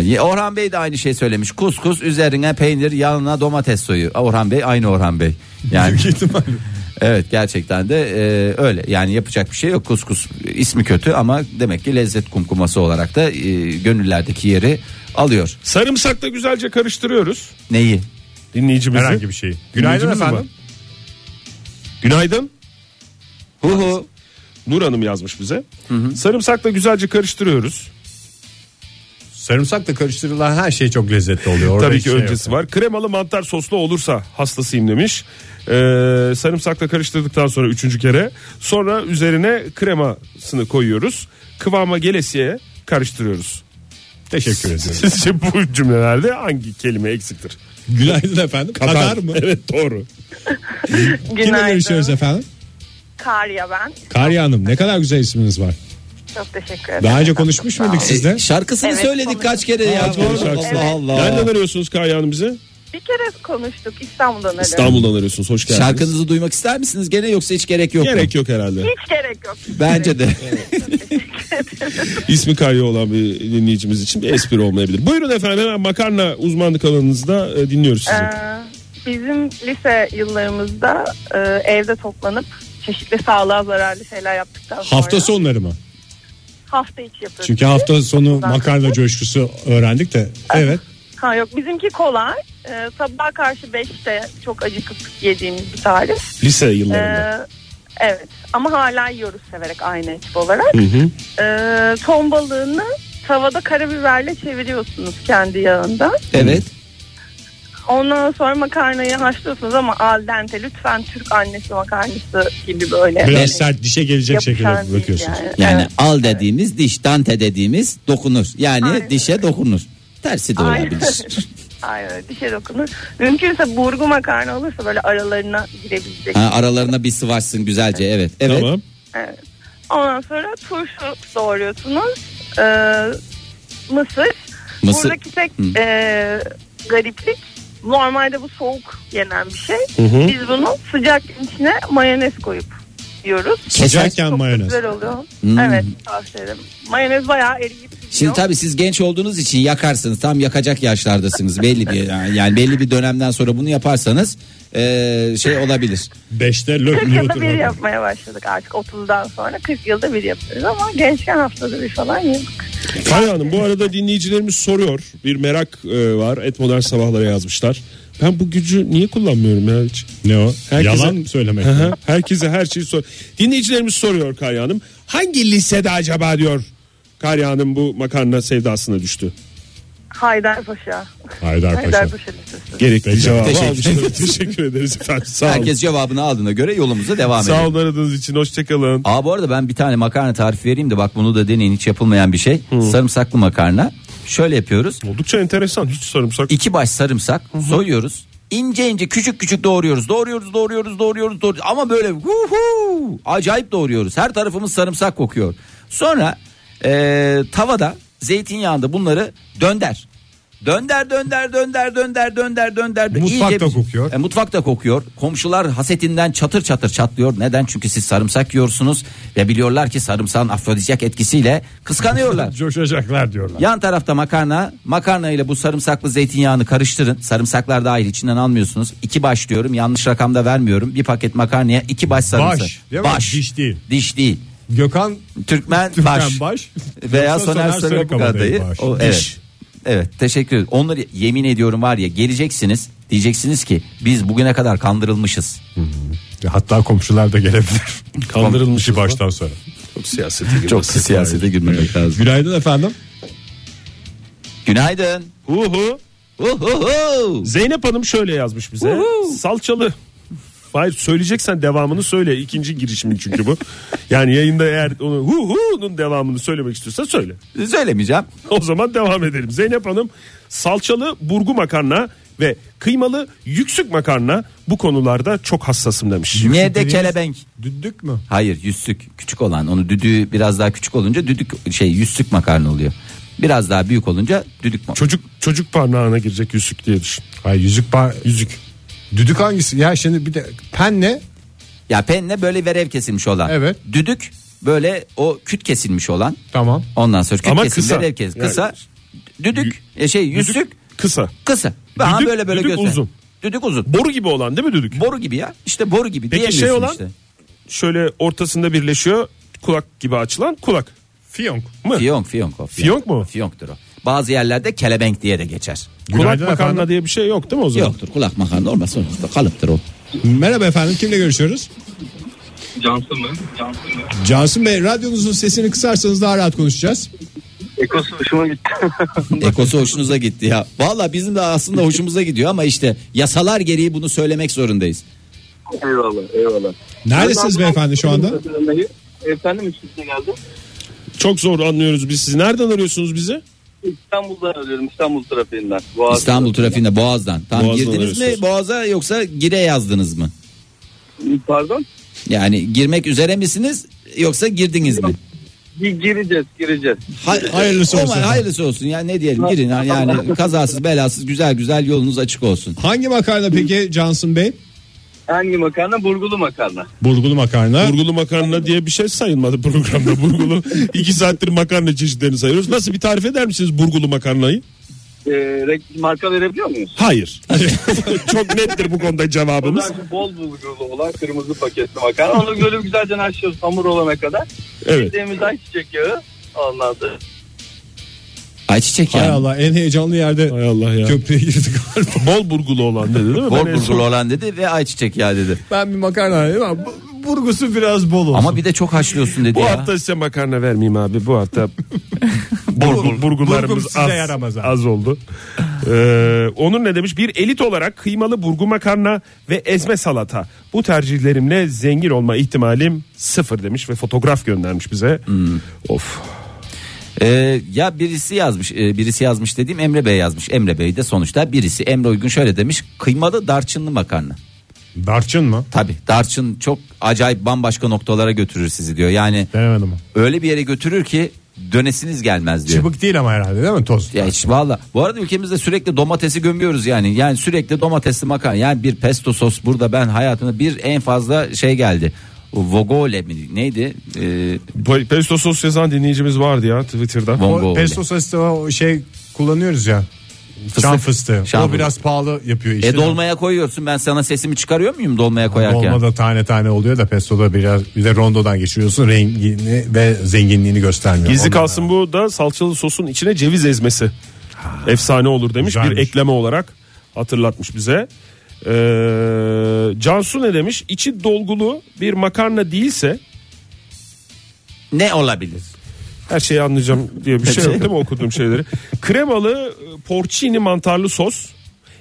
Speaker 3: Ee, Orhan Bey de aynı şey söylemiş. Kuskus üzerine peynir, yanına domates suyu. Orhan Bey aynı Orhan Bey. Yani Evet gerçekten de e, öyle. Yani yapacak bir şey yok. Kuskus ismi kötü ama demek ki lezzet kumkuması olarak da e, gönüllerdeki yeri alıyor.
Speaker 4: Sarımsakla güzelce karıştırıyoruz
Speaker 3: Neyi?
Speaker 4: dinleyicimizi.
Speaker 2: Herhangi bir şey. Günaydın
Speaker 4: Dinleyicimiz mi
Speaker 2: efendim.
Speaker 4: var? Günaydın. Nur Hanım yazmış bize. Sarımsakla güzelce karıştırıyoruz.
Speaker 2: Sarımsakla karıştırılan her şey çok lezzetli oluyor. Orada
Speaker 4: Tabii
Speaker 2: hiç
Speaker 4: ki
Speaker 2: şey yok.
Speaker 4: öncesi var. Kremalı mantar soslu olursa hastasıyım demiş. Ee, sarımsakla karıştırdıktan sonra üçüncü kere. Sonra üzerine kremasını koyuyoruz. Kıvama gelesiye karıştırıyoruz.
Speaker 2: Teşekkür ediyorum.
Speaker 4: Sizce bu cümlelerde hangi kelime eksiktir?
Speaker 2: Günaydın efendim. Kadar, mı?
Speaker 4: Evet doğru.
Speaker 2: Kimle görüşüyoruz
Speaker 9: Günaydın.
Speaker 2: efendim?
Speaker 9: Karya ben.
Speaker 2: Karya Hanım ne kadar güzel isminiz var.
Speaker 9: Çok teşekkür ederim.
Speaker 2: Daha önce konuşmuş
Speaker 9: Sağ
Speaker 2: muyduk
Speaker 9: olun.
Speaker 2: sizde?
Speaker 7: E, Şarkısını
Speaker 9: Evet,
Speaker 7: söyledik
Speaker 9: konuştuk.
Speaker 7: kaç kere ya.
Speaker 4: doğru, şarkısı.
Speaker 7: Allah Allah.
Speaker 4: Nereden arıyorsunuz Kaya Hanım bize?
Speaker 9: Bir kere konuştuk İstanbul'dan arıyorum.
Speaker 4: İstanbul'dan arıyorsunuz. Hoş geldiniz.
Speaker 7: Şarkınızı duymak ister misiniz gene yoksa hiç gerek yok mu?
Speaker 4: Gerek yok herhalde.
Speaker 9: Hiç gerek yok.
Speaker 7: Bence de.
Speaker 4: İsmi Kaya olan bir dinleyicimiz için bir espri olmayabilir. Buyurun efendim hemen makarna uzmanlık alanınızda e, dinliyoruz sizi.
Speaker 9: Ee, bizim lise yıllarımızda e, evde toplanıp çeşitli sağlığa zararlı şeyler yaptıktan sonra
Speaker 2: Hafta sonları mı?
Speaker 9: hafta içi yapıyorduk.
Speaker 2: Çünkü hafta sonu
Speaker 9: Ondan
Speaker 2: makarna coşkusu öğrendik de. Evet.
Speaker 9: Ha yok bizimki kolay. Ee, sabaha karşı 5'te çok acıkıp yediğimiz bir tarif.
Speaker 4: Lise
Speaker 9: Ee,
Speaker 4: yıllarında.
Speaker 9: evet ama hala yiyoruz severek aynı ekip olarak.
Speaker 4: Hı hı.
Speaker 9: Ee, ton balığını tavada karabiberle çeviriyorsunuz kendi yağında.
Speaker 7: evet.
Speaker 9: Ondan sonra makarnayı haşlıyorsunuz ama al dente lütfen Türk annesi makarnası gibi böyle.
Speaker 2: Biraz
Speaker 9: Yani
Speaker 2: sert dişe gelecek
Speaker 9: yapışan
Speaker 2: şekilde
Speaker 9: değil
Speaker 2: bırakıyorsunuz.
Speaker 7: Yani
Speaker 9: Evet.
Speaker 7: al dediğimiz diş, dante dediğimiz dokunur. Yani
Speaker 9: Aynen.
Speaker 7: dişe dokunur. Tersi de
Speaker 9: Aynen.
Speaker 7: olabilir.
Speaker 9: Aynen dişe şey dokunur. Mümkünse burgu makarna olursa böyle aralarına girebilecek.
Speaker 7: Ha, aralarına bir sıvaşsın güzelce evet. Evet.
Speaker 4: Tamam.
Speaker 9: Evet. Ondan sonra turşu doğruyorsunuz. Ee, mısır.
Speaker 3: Mısır-
Speaker 9: Buradaki tek
Speaker 3: Hı.
Speaker 9: e, gariplik normalde bu soğuk yenen bir şey. Biz bunu sıcak içine mayonez koyup yiyoruz.
Speaker 2: Sıcakken
Speaker 9: Çok da
Speaker 2: mayonez.
Speaker 9: Güzel oluyor.
Speaker 3: Hmm.
Speaker 9: Evet tavsiye ederim. Mayonez bayağı eriyip
Speaker 3: Şimdi
Speaker 9: gidiyor.
Speaker 3: tabii siz genç olduğunuz için yakarsınız. Tam yakacak yaşlardasınız. belli bir yani belli bir dönemden sonra bunu yaparsanız eee, şey olabilir.
Speaker 2: Beşte
Speaker 9: 40
Speaker 2: löp
Speaker 9: yılda bir yapmaya başladık artık 30'dan sonra 40 yılda bir yapıyoruz ama gençken haftada bir falan yiyorduk.
Speaker 4: Kaya Hanım bu arada dinleyicilerimiz soruyor. Bir merak e, var. Et modern sabahlara yazmışlar. Ben bu gücü niye kullanmıyorum ya hiç? Ne o?
Speaker 2: Yalan söylemek.
Speaker 4: Hı hı. Herkese her şeyi sor. Dinleyicilerimiz soruyor Kaya Hanım. Hangi lisede acaba diyor. Kaya Hanım bu makarna sevdasına düştü.
Speaker 9: Haydarpaşa.
Speaker 2: Haydarpaşa.
Speaker 9: Haydarpaşa Lisesi.
Speaker 4: Gerekli cevabı
Speaker 3: Teşekkür
Speaker 4: almıştır. Teşekkür ederiz efendim. Sağ olun.
Speaker 3: Herkes cevabını aldığına göre yolumuza devam edelim.
Speaker 4: Sağ olun aradığınız için. Hoşçakalın.
Speaker 3: Aa bu arada ben bir tane makarna tarifi vereyim de bak bunu da deneyin hiç yapılmayan bir şey. Sarımsaklı makarna. Şöyle yapıyoruz.
Speaker 4: Oldukça enteresan. Hiç sarımsak.
Speaker 3: İki baş sarımsak soyuyoruz. İnce ince küçük küçük doğruyoruz. Doğruyoruz, doğruyoruz, doğruyoruz, doğruyoruz. Ama böyle vuhu, acayip doğruyoruz. Her tarafımız sarımsak kokuyor. Sonra eee, tavada zeytinyağında bunları dönder. Dönder dönder dönder dönder dönder dönder.
Speaker 2: Mutfak
Speaker 3: İyice
Speaker 2: da
Speaker 3: bir-
Speaker 2: kokuyor.
Speaker 3: E, mutfak da kokuyor. Komşular hasetinden çatır çatır çatlıyor. Neden? Çünkü siz sarımsak yiyorsunuz ve biliyorlar ki sarımsağın afrodizyak etkisiyle kıskanıyorlar.
Speaker 2: Coşacaklar diyorlar.
Speaker 3: Yan tarafta makarna. Makarna ile bu sarımsaklı zeytinyağını karıştırın. Sarımsaklar dahil içinden almıyorsunuz. İki baş diyorum. Yanlış rakamda vermiyorum. Bir paket makarnaya iki baş sarımsak.
Speaker 2: Baş, değil mi? Diş değil.
Speaker 3: Diş değil.
Speaker 2: Gökhan
Speaker 3: Türkmen,
Speaker 2: Türkmen
Speaker 3: baş.
Speaker 2: baş.
Speaker 3: Veya
Speaker 2: Yoksa
Speaker 3: Soner
Speaker 2: Soner
Speaker 3: Sarıkabak
Speaker 2: Sarıkabak
Speaker 3: adayı.
Speaker 2: baş.
Speaker 3: O,
Speaker 2: Diş.
Speaker 3: evet. Evet teşekkür ederim. Onları yemin ediyorum var ya geleceksiniz diyeceksiniz ki biz bugüne kadar kandırılmışız.
Speaker 2: Hatta komşular da gelebilir.
Speaker 4: Kandırılmış
Speaker 2: İşi baştan sonra.
Speaker 3: Çok siyasete girmemek lazım.
Speaker 2: Günaydın efendim.
Speaker 3: Günaydın.
Speaker 4: Uhu.
Speaker 3: Uhuhu.
Speaker 4: Zeynep Hanım şöyle yazmış bize. Salçalı. Hayır söyleyeceksen devamını söyle. İkinci girişimin çünkü bu. Yani yayında eğer onu hu hu'nun devamını söylemek istiyorsan söyle.
Speaker 3: Söylemeyeceğim.
Speaker 4: O zaman devam edelim. Zeynep Hanım salçalı burgu makarna ve kıymalı yüksük makarna bu konularda çok hassasım demiş.
Speaker 3: Niye de kelebenk?
Speaker 2: Düdük mü?
Speaker 3: Hayır yüzsük küçük olan onu düdüğü biraz daha küçük olunca düdük şey yüzsük makarna oluyor. Biraz daha büyük olunca düdük makarna.
Speaker 4: Çocuk çocuk parnağına girecek yüzük diye düşün.
Speaker 2: Hayır yüzük par yüzük. Düdük hangisi? Ya şimdi bir de penne
Speaker 3: Ya penne böyle verev kesilmiş olan.
Speaker 2: Evet.
Speaker 3: Düdük böyle o küt kesilmiş olan.
Speaker 2: tamam.
Speaker 3: Ondan sonra küt
Speaker 4: Ama
Speaker 3: kesilmiş
Speaker 4: kısa.
Speaker 3: verev kesilmiş.
Speaker 4: Yani-
Speaker 3: Kısa. Düdük e, şey yüzsük
Speaker 4: Yüzük kısa.
Speaker 3: kısa. Daha
Speaker 4: Düdük-
Speaker 3: böyle böyle
Speaker 4: düdük
Speaker 3: göster.
Speaker 4: uzun.
Speaker 3: Düdük uzun.
Speaker 4: Boru gibi olan değil mi düdük?
Speaker 3: Boru gibi ya. İşte boru gibi
Speaker 4: Peki
Speaker 3: diyemiyorsun
Speaker 4: şey olan
Speaker 3: işte.
Speaker 4: şöyle ortasında birleşiyor. Kulak gibi açılan kulak. Fiyonk mı?
Speaker 3: Fiyonk fiyonk o.
Speaker 4: Fiyonk mu?
Speaker 3: Fiyonktur o. Bazı yerlerde kelebenk diye de geçer.
Speaker 4: Kulak
Speaker 2: Günaydın
Speaker 4: makarna
Speaker 2: efendim.
Speaker 4: diye bir şey yok değil mi o zaman?
Speaker 3: Yoktur kulak makarna olmaz sonuçta kalıptır o.
Speaker 2: Merhaba efendim. Kimle görüşüyoruz?
Speaker 7: Cansın mı? Cansın mı?
Speaker 2: Cansın Bey radyonuzun sesini kısarsanız daha rahat konuşacağız.
Speaker 7: Ekosu hoşuma gitti.
Speaker 3: Ekosu hoşunuza gitti ya. Valla bizim de aslında hoşumuza gidiyor ama işte yasalar gereği bunu söylemek zorundayız.
Speaker 7: eyvallah eyvallah.
Speaker 2: Neredesiniz beyefendi şu anda?
Speaker 7: Efendim üstüne geldim.
Speaker 4: Çok zor anlıyoruz biz sizi. Nereden arıyorsunuz bizi?
Speaker 7: İstanbul'dan arıyorum İstanbul trafiğinden. Boğaz
Speaker 3: İstanbul trafiğinde Boğaz'dan. Tam
Speaker 4: Boğaz'dan
Speaker 3: girdiniz mi
Speaker 4: arıyorsunuz.
Speaker 3: Boğaz'a yoksa gire yazdınız mı?
Speaker 7: Pardon.
Speaker 3: Yani girmek üzere misiniz yoksa girdiniz mi?
Speaker 7: Gi- Gireceğiz gireceğiz.
Speaker 3: Hay-
Speaker 2: Hayırlısı
Speaker 3: Aman,
Speaker 2: olsun.
Speaker 3: Hayırlısı olsun. Yani ne diyelim girin yani kazasız belasız güzel güzel yolunuz açık olsun.
Speaker 2: Hangi makarna peki Cansın Bey?
Speaker 7: Hangi makarna? Burgulu makarna.
Speaker 2: Burgulu makarna.
Speaker 4: Burgulu makarna diye bir şey sayılmadı programda. Burgulu iki saattir makarna çeşitlerini sayıyoruz. Nasıl bir tarif eder misiniz burgulu makarnayı?
Speaker 7: Ee, re- marka verebiliyor muyuz?
Speaker 4: Hayır. Çok nettir bu konuda cevabımız.
Speaker 7: Bunlar bol bulgurlu olan kırmızı paketli makarna. Onu böyle güzelce haşlıyoruz hamur olana kadar.
Speaker 4: Evet.
Speaker 7: Bildiğimiz ayçiçek yağı. Ondan sonra.
Speaker 3: Ayçiçek
Speaker 2: Hay
Speaker 3: ya.
Speaker 2: Allah en heyecanlı yerde
Speaker 4: Hay Allah ya.
Speaker 2: köprüye girdik galiba.
Speaker 4: Bol burgulu olan dedi değil mi?
Speaker 3: Bol
Speaker 4: Ben en son-
Speaker 3: burgulu olan dedi ve ayçiçek ya dedi.
Speaker 2: Ben bir makarna alayım ama bu- burgusu biraz bol olsun.
Speaker 3: Ama bir de çok haşlıyorsun dedi
Speaker 4: Bu
Speaker 3: ya.
Speaker 4: hafta size makarna vermeyeyim abi. Bu hafta burgul,
Speaker 2: Burgum
Speaker 4: burgularımız
Speaker 2: size
Speaker 4: az,
Speaker 2: yaramaz abi.
Speaker 4: az oldu. Ee, Onur ne demiş? Bir elit olarak kıymalı burgu makarna ve ezme salata. Bu tercihlerimle zengin olma ihtimalim sıfır demiş ve fotoğraf göndermiş bize. Of.
Speaker 3: Ee, ya birisi yazmış, e, birisi yazmış dediğim Emre Bey yazmış. Emre Bey de sonuçta birisi. Emre Uygun şöyle demiş, kıymalı darçınlı makarna.
Speaker 2: Darçın mı?
Speaker 3: Tabi Darçın çok acayip bambaşka noktalara götürür sizi diyor. Yani
Speaker 2: Denemedim. ben.
Speaker 3: öyle bir yere götürür ki dönesiniz gelmez diyor.
Speaker 2: Çıbık değil ama herhalde değil mi toz?
Speaker 3: Ya hiç valla. Bu arada ülkemizde sürekli domatesi gömüyoruz yani. Yani sürekli domatesli makarna. Yani bir pesto sos burada ben hayatımda bir en fazla şey geldi. O Vogole mi neydi? Ee,
Speaker 4: Pe- Pesto sos yazan dinleyicimiz vardı ya Twitter'da.
Speaker 3: Von-
Speaker 2: O
Speaker 3: Vongole.
Speaker 2: pesto sosisli o şey kullanıyoruz ya. Şan fıstığı.
Speaker 3: Şan
Speaker 2: o biraz pahalı yapıyor işi.
Speaker 3: e dolmaya koyuyorsun ben sana sesimi çıkarıyor muyum dolmaya koyarken?
Speaker 2: Dolma da tane tane oluyor da pestoda biraz bir de rondodan geçiriyorsun rengini ve zenginliğini göstermiyor.
Speaker 4: Gizli
Speaker 2: Ondan
Speaker 4: kalsın bu da salçalı sosun içine ceviz ezmesi. Efsane olur demiş
Speaker 2: Güzelmiş.
Speaker 4: bir ekleme olarak hatırlatmış bize. Ee, Cansu ne demiş? İçi dolgulu bir makarna değilse
Speaker 3: Ne olabilir?
Speaker 4: her şeyi anlayacağım diye bir şey
Speaker 3: Şey.
Speaker 4: yok değil mi okuduğum şeyleri? Kremalı e, porcini mantarlı sos.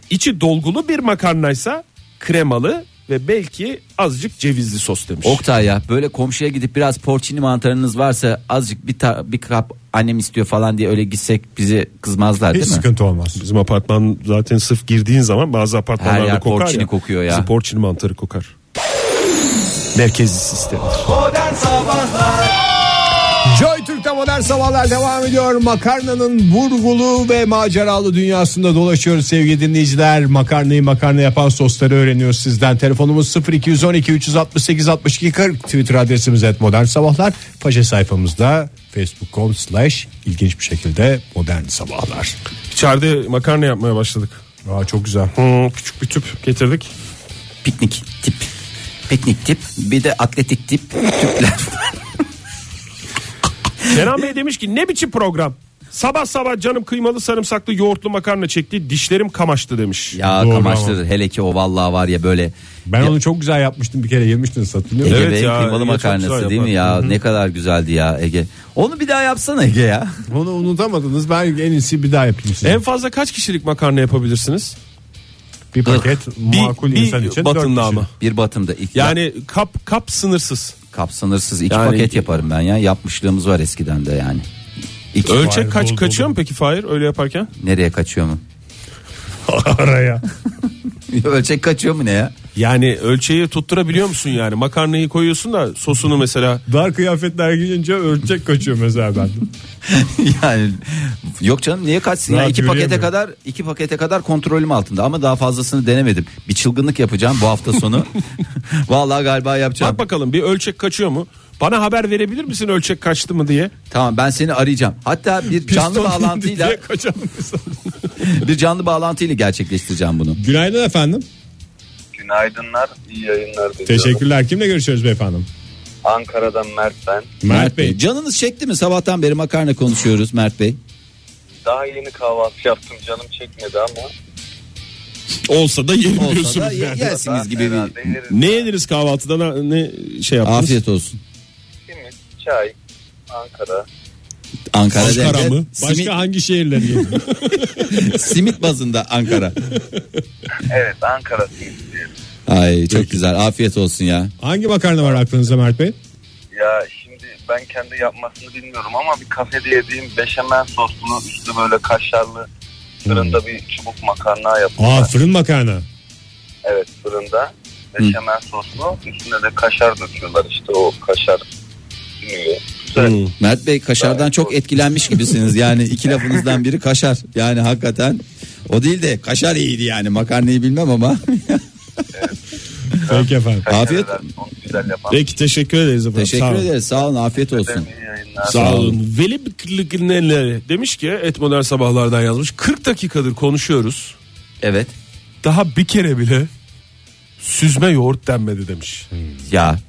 Speaker 4: İçi dolgulu bir makarnaysa kremalı ve belki azıcık cevizli sos demiş.
Speaker 3: Oktay ya böyle komşuya gidip biraz porcini mantarınız varsa azıcık bir ta- bir kap annem istiyor falan diye öyle gitsek bizi kızmazlar
Speaker 2: Hiç
Speaker 3: değil mi?
Speaker 2: sıkıntı olmaz.
Speaker 4: Bizim apartman zaten sırf girdiğin zaman bazı apartmanlarda
Speaker 3: Her yer
Speaker 4: kokar
Speaker 3: porcini
Speaker 4: ya.
Speaker 3: kokuyor ya.
Speaker 4: Bizim porcini mantarı kokar. Merkezi sistemdir.
Speaker 2: Joy Türk'te modern sabahlar devam ediyor. Makarnanın burgulu ve maceralı dünyasında dolaşıyoruz sevgili dinleyiciler. Makarnayı makarna yapan sosları öğreniyoruz sizden. Telefonumuz 0212 368 62 40. Twitter adresimiz et modern sabahlar. Paşa sayfamızda facebook.com slash ilginç bir şekilde modern sabahlar.
Speaker 4: İçeride makarna yapmaya başladık.
Speaker 2: Aa, çok güzel.
Speaker 4: Hmm, küçük bir tüp getirdik.
Speaker 3: Piknik tip. Piknik tip. Bir de atletik tip. Tüpler.
Speaker 4: Kenan Bey demiş ki ne biçim program? Sabah sabah canım kıymalı sarımsaklı yoğurtlu makarna çekti. Dişlerim kamaştı demiş.
Speaker 3: ya
Speaker 2: Doğru
Speaker 3: kamaştırır. Hele ki o vallahi var ya böyle.
Speaker 2: Ben
Speaker 3: Ya-
Speaker 2: onu çok güzel yapmıştım bir kere yemiştiniz hatırlıyor
Speaker 3: Ege
Speaker 2: musun?
Speaker 4: Evet
Speaker 3: Bey'in
Speaker 4: ya,
Speaker 3: kıymalı
Speaker 4: Ege çok
Speaker 3: makarnası
Speaker 4: güzel
Speaker 3: değil mi ya? Ne kadar güzeldi ya Ege. Onu bir daha yapsana Ege ya.
Speaker 2: Onu unutamadınız. Ben en iyisi bir daha yapayım size.
Speaker 4: En fazla kaç kişilik makarna yapabilirsiniz?
Speaker 2: bir paket makul
Speaker 4: bir
Speaker 2: insan için.
Speaker 4: batında
Speaker 2: dört kişi.
Speaker 4: ama.
Speaker 3: Bir batımda iki yani,
Speaker 4: Yani kap kap sınırsız.
Speaker 3: kap sınırsız iki
Speaker 4: Yani-
Speaker 3: paket yaparım ben ya. Yapmışlığımız var eskiden de yani. İki,
Speaker 4: Ölçek
Speaker 2: dolu,
Speaker 4: kaç
Speaker 2: dolu.
Speaker 4: kaçıyor mu peki Fahir öyle yaparken?
Speaker 3: Nereye kaçıyor mu?
Speaker 2: Araya.
Speaker 3: Ölçek kaçıyor mu ne ya?
Speaker 4: Yani ölçeği tutturabiliyor musun yani? Makarnayı koyuyorsun da sosunu mesela
Speaker 2: Dar kıyafetler giyince örtecek kaçıyor mesela ben.
Speaker 3: yani yok canım niye kaçsın ya
Speaker 2: Rahat
Speaker 3: iki pakete
Speaker 2: yürüyemiyorum.
Speaker 3: kadar iki pakete kadar kontrolüm altında ama daha fazlasını denemedim. Bir çılgınlık yapacağım bu hafta sonu. Vallahi galiba yapacağım.
Speaker 4: Bak bakalım bir ölçek kaçıyor mu? Bana haber verebilir misin ölçek kaçtı mı diye?
Speaker 3: Tamam ben seni arayacağım. Hatta bir canlı bağlantıyla bir canlı bağlantıyla gerçekleştireceğim bunu.
Speaker 2: Günaydın efendim.
Speaker 10: Günaydınlar, iyi yayınlar diliyorum.
Speaker 2: Teşekkürler. Kimle görüşüyoruz beyefendim?
Speaker 10: Ankara'dan Mert ben.
Speaker 2: Mert Bey.
Speaker 3: Canınız çekti mi sabahtan beri makarna konuşuyoruz Mert Bey.
Speaker 10: Daha yeni kahvaltı yaptım, canım çekmedi ama.
Speaker 4: Olsa da yerim
Speaker 3: Olsa
Speaker 4: diyorsunuz
Speaker 3: da ye-
Speaker 4: yani.
Speaker 3: yersiniz gibi bir
Speaker 10: Herhalde yeriz.
Speaker 4: Ne yediniz kahvaltıda na- ne şey yaptınız?
Speaker 3: afiyet olsun.
Speaker 10: Simit, çay, Ankara.
Speaker 3: Ankara,
Speaker 4: Ankara
Speaker 3: derken
Speaker 4: mı?
Speaker 3: Simit,
Speaker 2: hangi şehirleri?
Speaker 3: simit bazında Ankara.
Speaker 10: Evet, Ankara simit diyelim.
Speaker 3: Ay çok güzel. Afiyet olsun ya.
Speaker 2: hangi makarna var aklınızda Mert Bey?
Speaker 10: Ya şimdi ben kendi yapmasını bilmiyorum ama bir kafede yediğim beşamel soslu üstü böyle kaşarlı fırında bir çubuk makarna yaptım.
Speaker 2: Aa
Speaker 10: ben.
Speaker 2: fırın makarna.
Speaker 10: Evet, fırında beşamel soslu üstüne de kaşar döküyorlar işte o kaşar. sünüyor. Güzel.
Speaker 3: Mert Bey kaşardan
Speaker 10: Gayet
Speaker 3: çok
Speaker 10: doğru.
Speaker 3: etkilenmiş gibisiniz. Yani iki lafınızdan biri kaşar. Yani hakikaten o değil de kaşar iyiydi yani. Makarnayı bilmem ama.
Speaker 2: Peki efendim.
Speaker 10: Kaşar
Speaker 3: Afiyet-
Speaker 10: herhalde onu güzel yapan.
Speaker 4: Peki teşekkür ederiz efendim. Sağ
Speaker 3: Teşekkür
Speaker 4: olun.
Speaker 3: ederiz. Sağ olun. Afiyet olsun.
Speaker 10: İyi yayınlar.
Speaker 4: Sağ olun. Veli Kırlıklı'nın demiş ki et modern sabahlardan yazmış. 40 dakikadır konuşuyoruz.
Speaker 3: Evet.
Speaker 4: Daha bir kere bile süzme yoğurt denmedi demiş.
Speaker 3: Hmm. Ya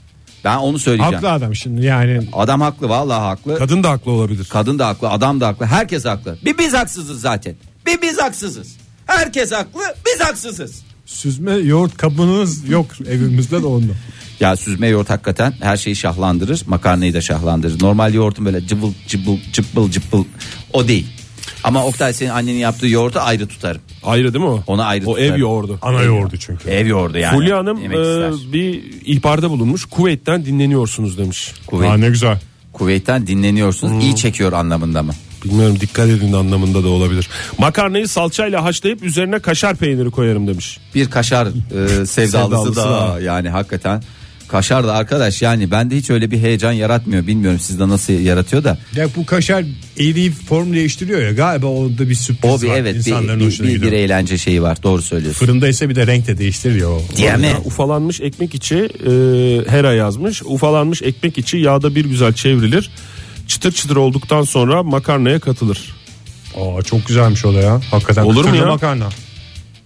Speaker 3: ben onu söyleyeceğim.
Speaker 2: Haklı adam şimdi yani.
Speaker 3: Adam haklı vallahi haklı.
Speaker 4: Kadın da haklı olabilir.
Speaker 3: Kadın da haklı, adam da haklı, herkes haklı. Bir biz haksızız zaten. Bir biz haksızız. Herkes haklı, biz haksızız.
Speaker 2: Süzme yoğurt kabınız yok evimizde de onda.
Speaker 3: Ya süzme yoğurt hakikaten her şeyi şahlandırır. Makarnayı da şahlandırır. Normal yoğurtun böyle cıbıl cıbıl cıbıl cıbıl o değil. Ama Oktay senin annenin yaptığı yoğurtu ayrı tutarım.
Speaker 4: Ayrı değil mi o?
Speaker 3: Ona ayrı
Speaker 4: O
Speaker 3: tutarım.
Speaker 4: ev yoğurdu.
Speaker 2: Ana yoğurdu çünkü.
Speaker 3: Ev yoğurdu yani.
Speaker 4: Fulya Hanım
Speaker 3: Yemek
Speaker 4: e,
Speaker 3: ister.
Speaker 4: bir ihbarda bulunmuş. Kuveyt'ten dinleniyorsunuz demiş.
Speaker 3: Kuveyt-
Speaker 2: Aa ne güzel.
Speaker 4: Hmm.
Speaker 3: Kuveyt'ten dinleniyorsunuz. iyi çekiyor anlamında mı?
Speaker 4: Bilmiyorum dikkat edin anlamında da olabilir. Makarnayı salçayla haşlayıp üzerine kaşar peyniri koyarım demiş.
Speaker 3: bir kaşar e, sevdalısı,
Speaker 4: Sevdalısı
Speaker 3: da
Speaker 4: da.
Speaker 3: yani hakikaten kaşar da arkadaş yani bende hiç öyle bir heyecan yaratmıyor bilmiyorum sizde nasıl yaratıyor da
Speaker 2: Ya bu kaşar eriyip form değiştiriyor ya galiba onda bir sürpriz
Speaker 3: o bir
Speaker 2: var.
Speaker 3: evet bir,
Speaker 2: İnsanların
Speaker 3: bir-
Speaker 2: hoşuna
Speaker 3: bir- bir
Speaker 2: gidiyor.
Speaker 3: eğlence şeyi var doğru söylüyorsun.
Speaker 2: Fırında ise bir de renk de değiştiriyor. o.
Speaker 3: Diye mi?
Speaker 4: Orada Ufalanmış ekmek içi e, Hera yazmış. Ufalanmış ekmek içi yağda bir güzel çevrilir. Çıtır çıtır olduktan sonra makarnaya katılır.
Speaker 2: Aa, çok güzelmiş o da ya. Hakikaten
Speaker 4: Olur mu
Speaker 2: kıtırlı
Speaker 4: ya?
Speaker 2: makarna.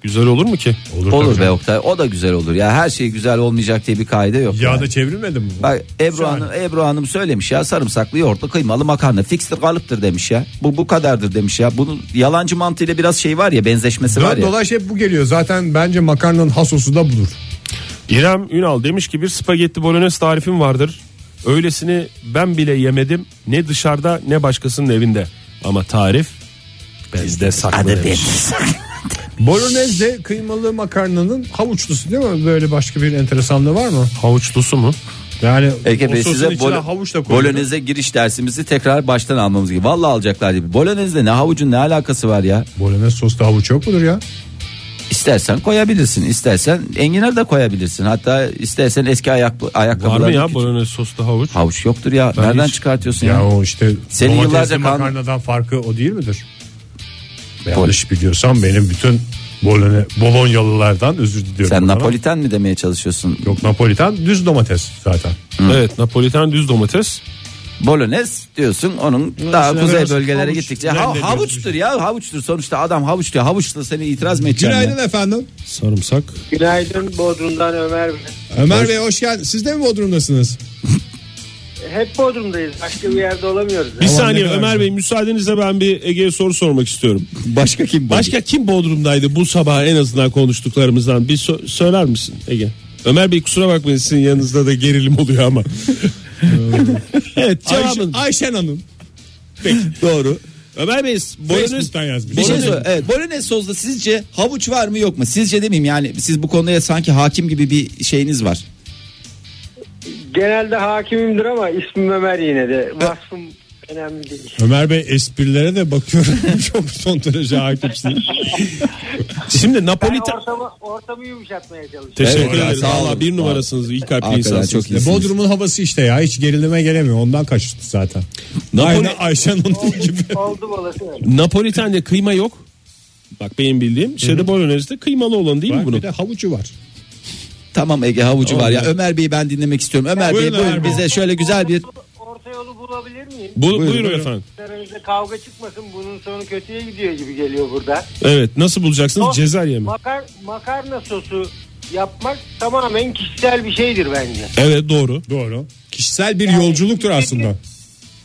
Speaker 4: Güzel olur mu ki?
Speaker 3: Olur
Speaker 2: tabii.
Speaker 3: be Oktay o da güzel olur ya her şey güzel olmayacak diye bir kaide yok. yani.
Speaker 2: Yağda çevrilmedi mi bu?
Speaker 3: Bak Ebru
Speaker 2: Şahane.
Speaker 3: Hanım, Ebru Hanım söylemiş ya sarımsaklı yoğurtlu kıymalı makarna fikstir kalıptır demiş ya. Bu bu kadardır demiş ya. Bunun yalancı mantığıyla biraz şey var ya benzeşmesi var
Speaker 2: Dön
Speaker 3: ya.
Speaker 2: dolaş hep bu geliyor. Zaten bence makarnanın hasosu da budur.
Speaker 4: İrem Ünal demiş ki bir spagetti bolognese tarifim vardır. Öylesini ben bile yemedim ne dışarıda ne başkasının evinde. Ama tarif bizde saklı.
Speaker 3: Hadi be.
Speaker 4: demiş.
Speaker 2: Bolognese de kıymalı makarnanın havuçlusu değil mi? Böyle başka bir enteresanlığı var mı?
Speaker 4: Havuçlusu mu?
Speaker 2: Yani
Speaker 3: Ege
Speaker 2: o
Speaker 3: Bey
Speaker 2: sosun
Speaker 3: size
Speaker 2: içine
Speaker 3: bolo-
Speaker 2: havuç da koyuyor.
Speaker 3: Bolognese giriş dersimizi tekrar baştan almamız gibi. Vallahi alacaklar gibi. Bolognese ne havucun ne alakası var ya?
Speaker 2: Bolognese sosta havuç yok mudur ya?
Speaker 3: İstersen koyabilirsin, istersen enginar da koyabilirsin. Hatta istersen eski ayak
Speaker 4: Var mı
Speaker 3: ayakkabılarını
Speaker 4: ya
Speaker 3: küçük-
Speaker 4: bolognese soslu havuç?
Speaker 3: Havuç yoktur ya.
Speaker 4: Ben
Speaker 3: Nereden
Speaker 4: hiç-
Speaker 3: çıkartıyorsun ya?
Speaker 2: Ya o işte
Speaker 3: Senin
Speaker 2: domatesli
Speaker 3: yıllarca kan-
Speaker 2: makarnadan farkı o değil midir? Yanlış biliyorsam benim bütün Bolone, Bolonyalılardan özür diliyorum.
Speaker 3: Sen
Speaker 2: Bana.
Speaker 3: Napoliten mi demeye çalışıyorsun?
Speaker 2: Yok Napolitan düz domates zaten.
Speaker 4: Evet Napoliten düz domates.
Speaker 3: Bolognese diyorsun onun daha
Speaker 2: içine
Speaker 3: kuzey
Speaker 2: biraz
Speaker 3: bölgelere
Speaker 2: havuç
Speaker 3: gittikçe ha,
Speaker 2: rendeliyoruz
Speaker 3: havuçtur ya havuçtur sonuçta adam havuç diyor havuçla seni itiraz mı edeceksin? ya?
Speaker 2: efendim.
Speaker 4: Sarımsak.
Speaker 8: Günaydın Bodrum'dan Ömer Bey.
Speaker 2: Ömer Bey hoş geldiniz. Siz de mi Bodrum'dasınız?
Speaker 8: Hep Bodrum'dayız. Başka bir yerde olamıyoruz.
Speaker 4: Bir
Speaker 2: Aman
Speaker 4: saniye
Speaker 2: ne kadar
Speaker 4: Ömer
Speaker 2: güzel.
Speaker 4: Bey müsaadenizle ben bir Ege'ye soru sormak istiyorum.
Speaker 3: Başka kim? bu?
Speaker 4: Başka kim Bodrum'daydı bu sabah en azından konuştuklarımızdan bir so- söyler misin Ege? Ömer Bey kusura bakmayın sizin yanınızda da gerilim oluyor ama. evet cevabın.
Speaker 2: Ayşen Hanım.
Speaker 3: Doğru.
Speaker 4: Ömer Bey
Speaker 2: Facebook'tan yazmış.
Speaker 3: Bir şey
Speaker 4: Bolognese-
Speaker 3: sor. Evet, Bolognese sosla sizce havuç var mı yok mu? Sizce demeyeyim yani siz bu konuya sanki hakim gibi bir şeyiniz var.
Speaker 8: Genelde hakimimdir ama ismim Ömer yine de. Vasfım önemli değil.
Speaker 2: Ömer Bey esprilere de bakıyorum. Çok son derece hakimsiniz.
Speaker 4: Şimdi
Speaker 8: Ben
Speaker 4: Napoliten.
Speaker 8: ortamı, ortamı yumuşatmaya çalışıyorum.
Speaker 4: Teşekkür
Speaker 3: Evet,
Speaker 4: ederim.
Speaker 3: sağ olun.
Speaker 4: Valla bir numarasınız. İyi kalpli
Speaker 3: Hakikaten
Speaker 4: insansınız.
Speaker 3: çok iyi.
Speaker 2: Bodrum'un havası işte ya. Hiç gerilime gelemiyor. Ondan kaçtı zaten. Aynı Ayşen Hanım gibi.
Speaker 8: Oldu olası.
Speaker 4: Napoliten'de kıyma yok. Bak benim bildiğim. Şeyde Bolognese'de kıymalı olan değil mi bunun?
Speaker 2: Bir de havucu var.
Speaker 3: Tamam Ege havucu
Speaker 4: Tamam,
Speaker 3: var ya.
Speaker 4: evet.
Speaker 3: Ömer Bey'i ben dinlemek istiyorum. Ömer
Speaker 2: Buyurun
Speaker 3: Bey buyurun
Speaker 2: Ömer Bey.
Speaker 3: bize şöyle güzel bir
Speaker 8: Orta yolu bulabilir miyim?
Speaker 4: Bu, buyurun,
Speaker 2: buyurun.
Speaker 4: efendim.
Speaker 8: Aranızda kavga çıkmasın. Bunun sonu kötüye gidiyor gibi geliyor burada.
Speaker 4: Evet nasıl bulacaksınız?
Speaker 8: Sos-
Speaker 4: Cezerye mi?
Speaker 8: Makar, makarna sosu yapmak tamamen kişisel bir şeydir bence.
Speaker 4: Evet doğru.
Speaker 2: Doğru. Kişisel bir yolculuktur aslında.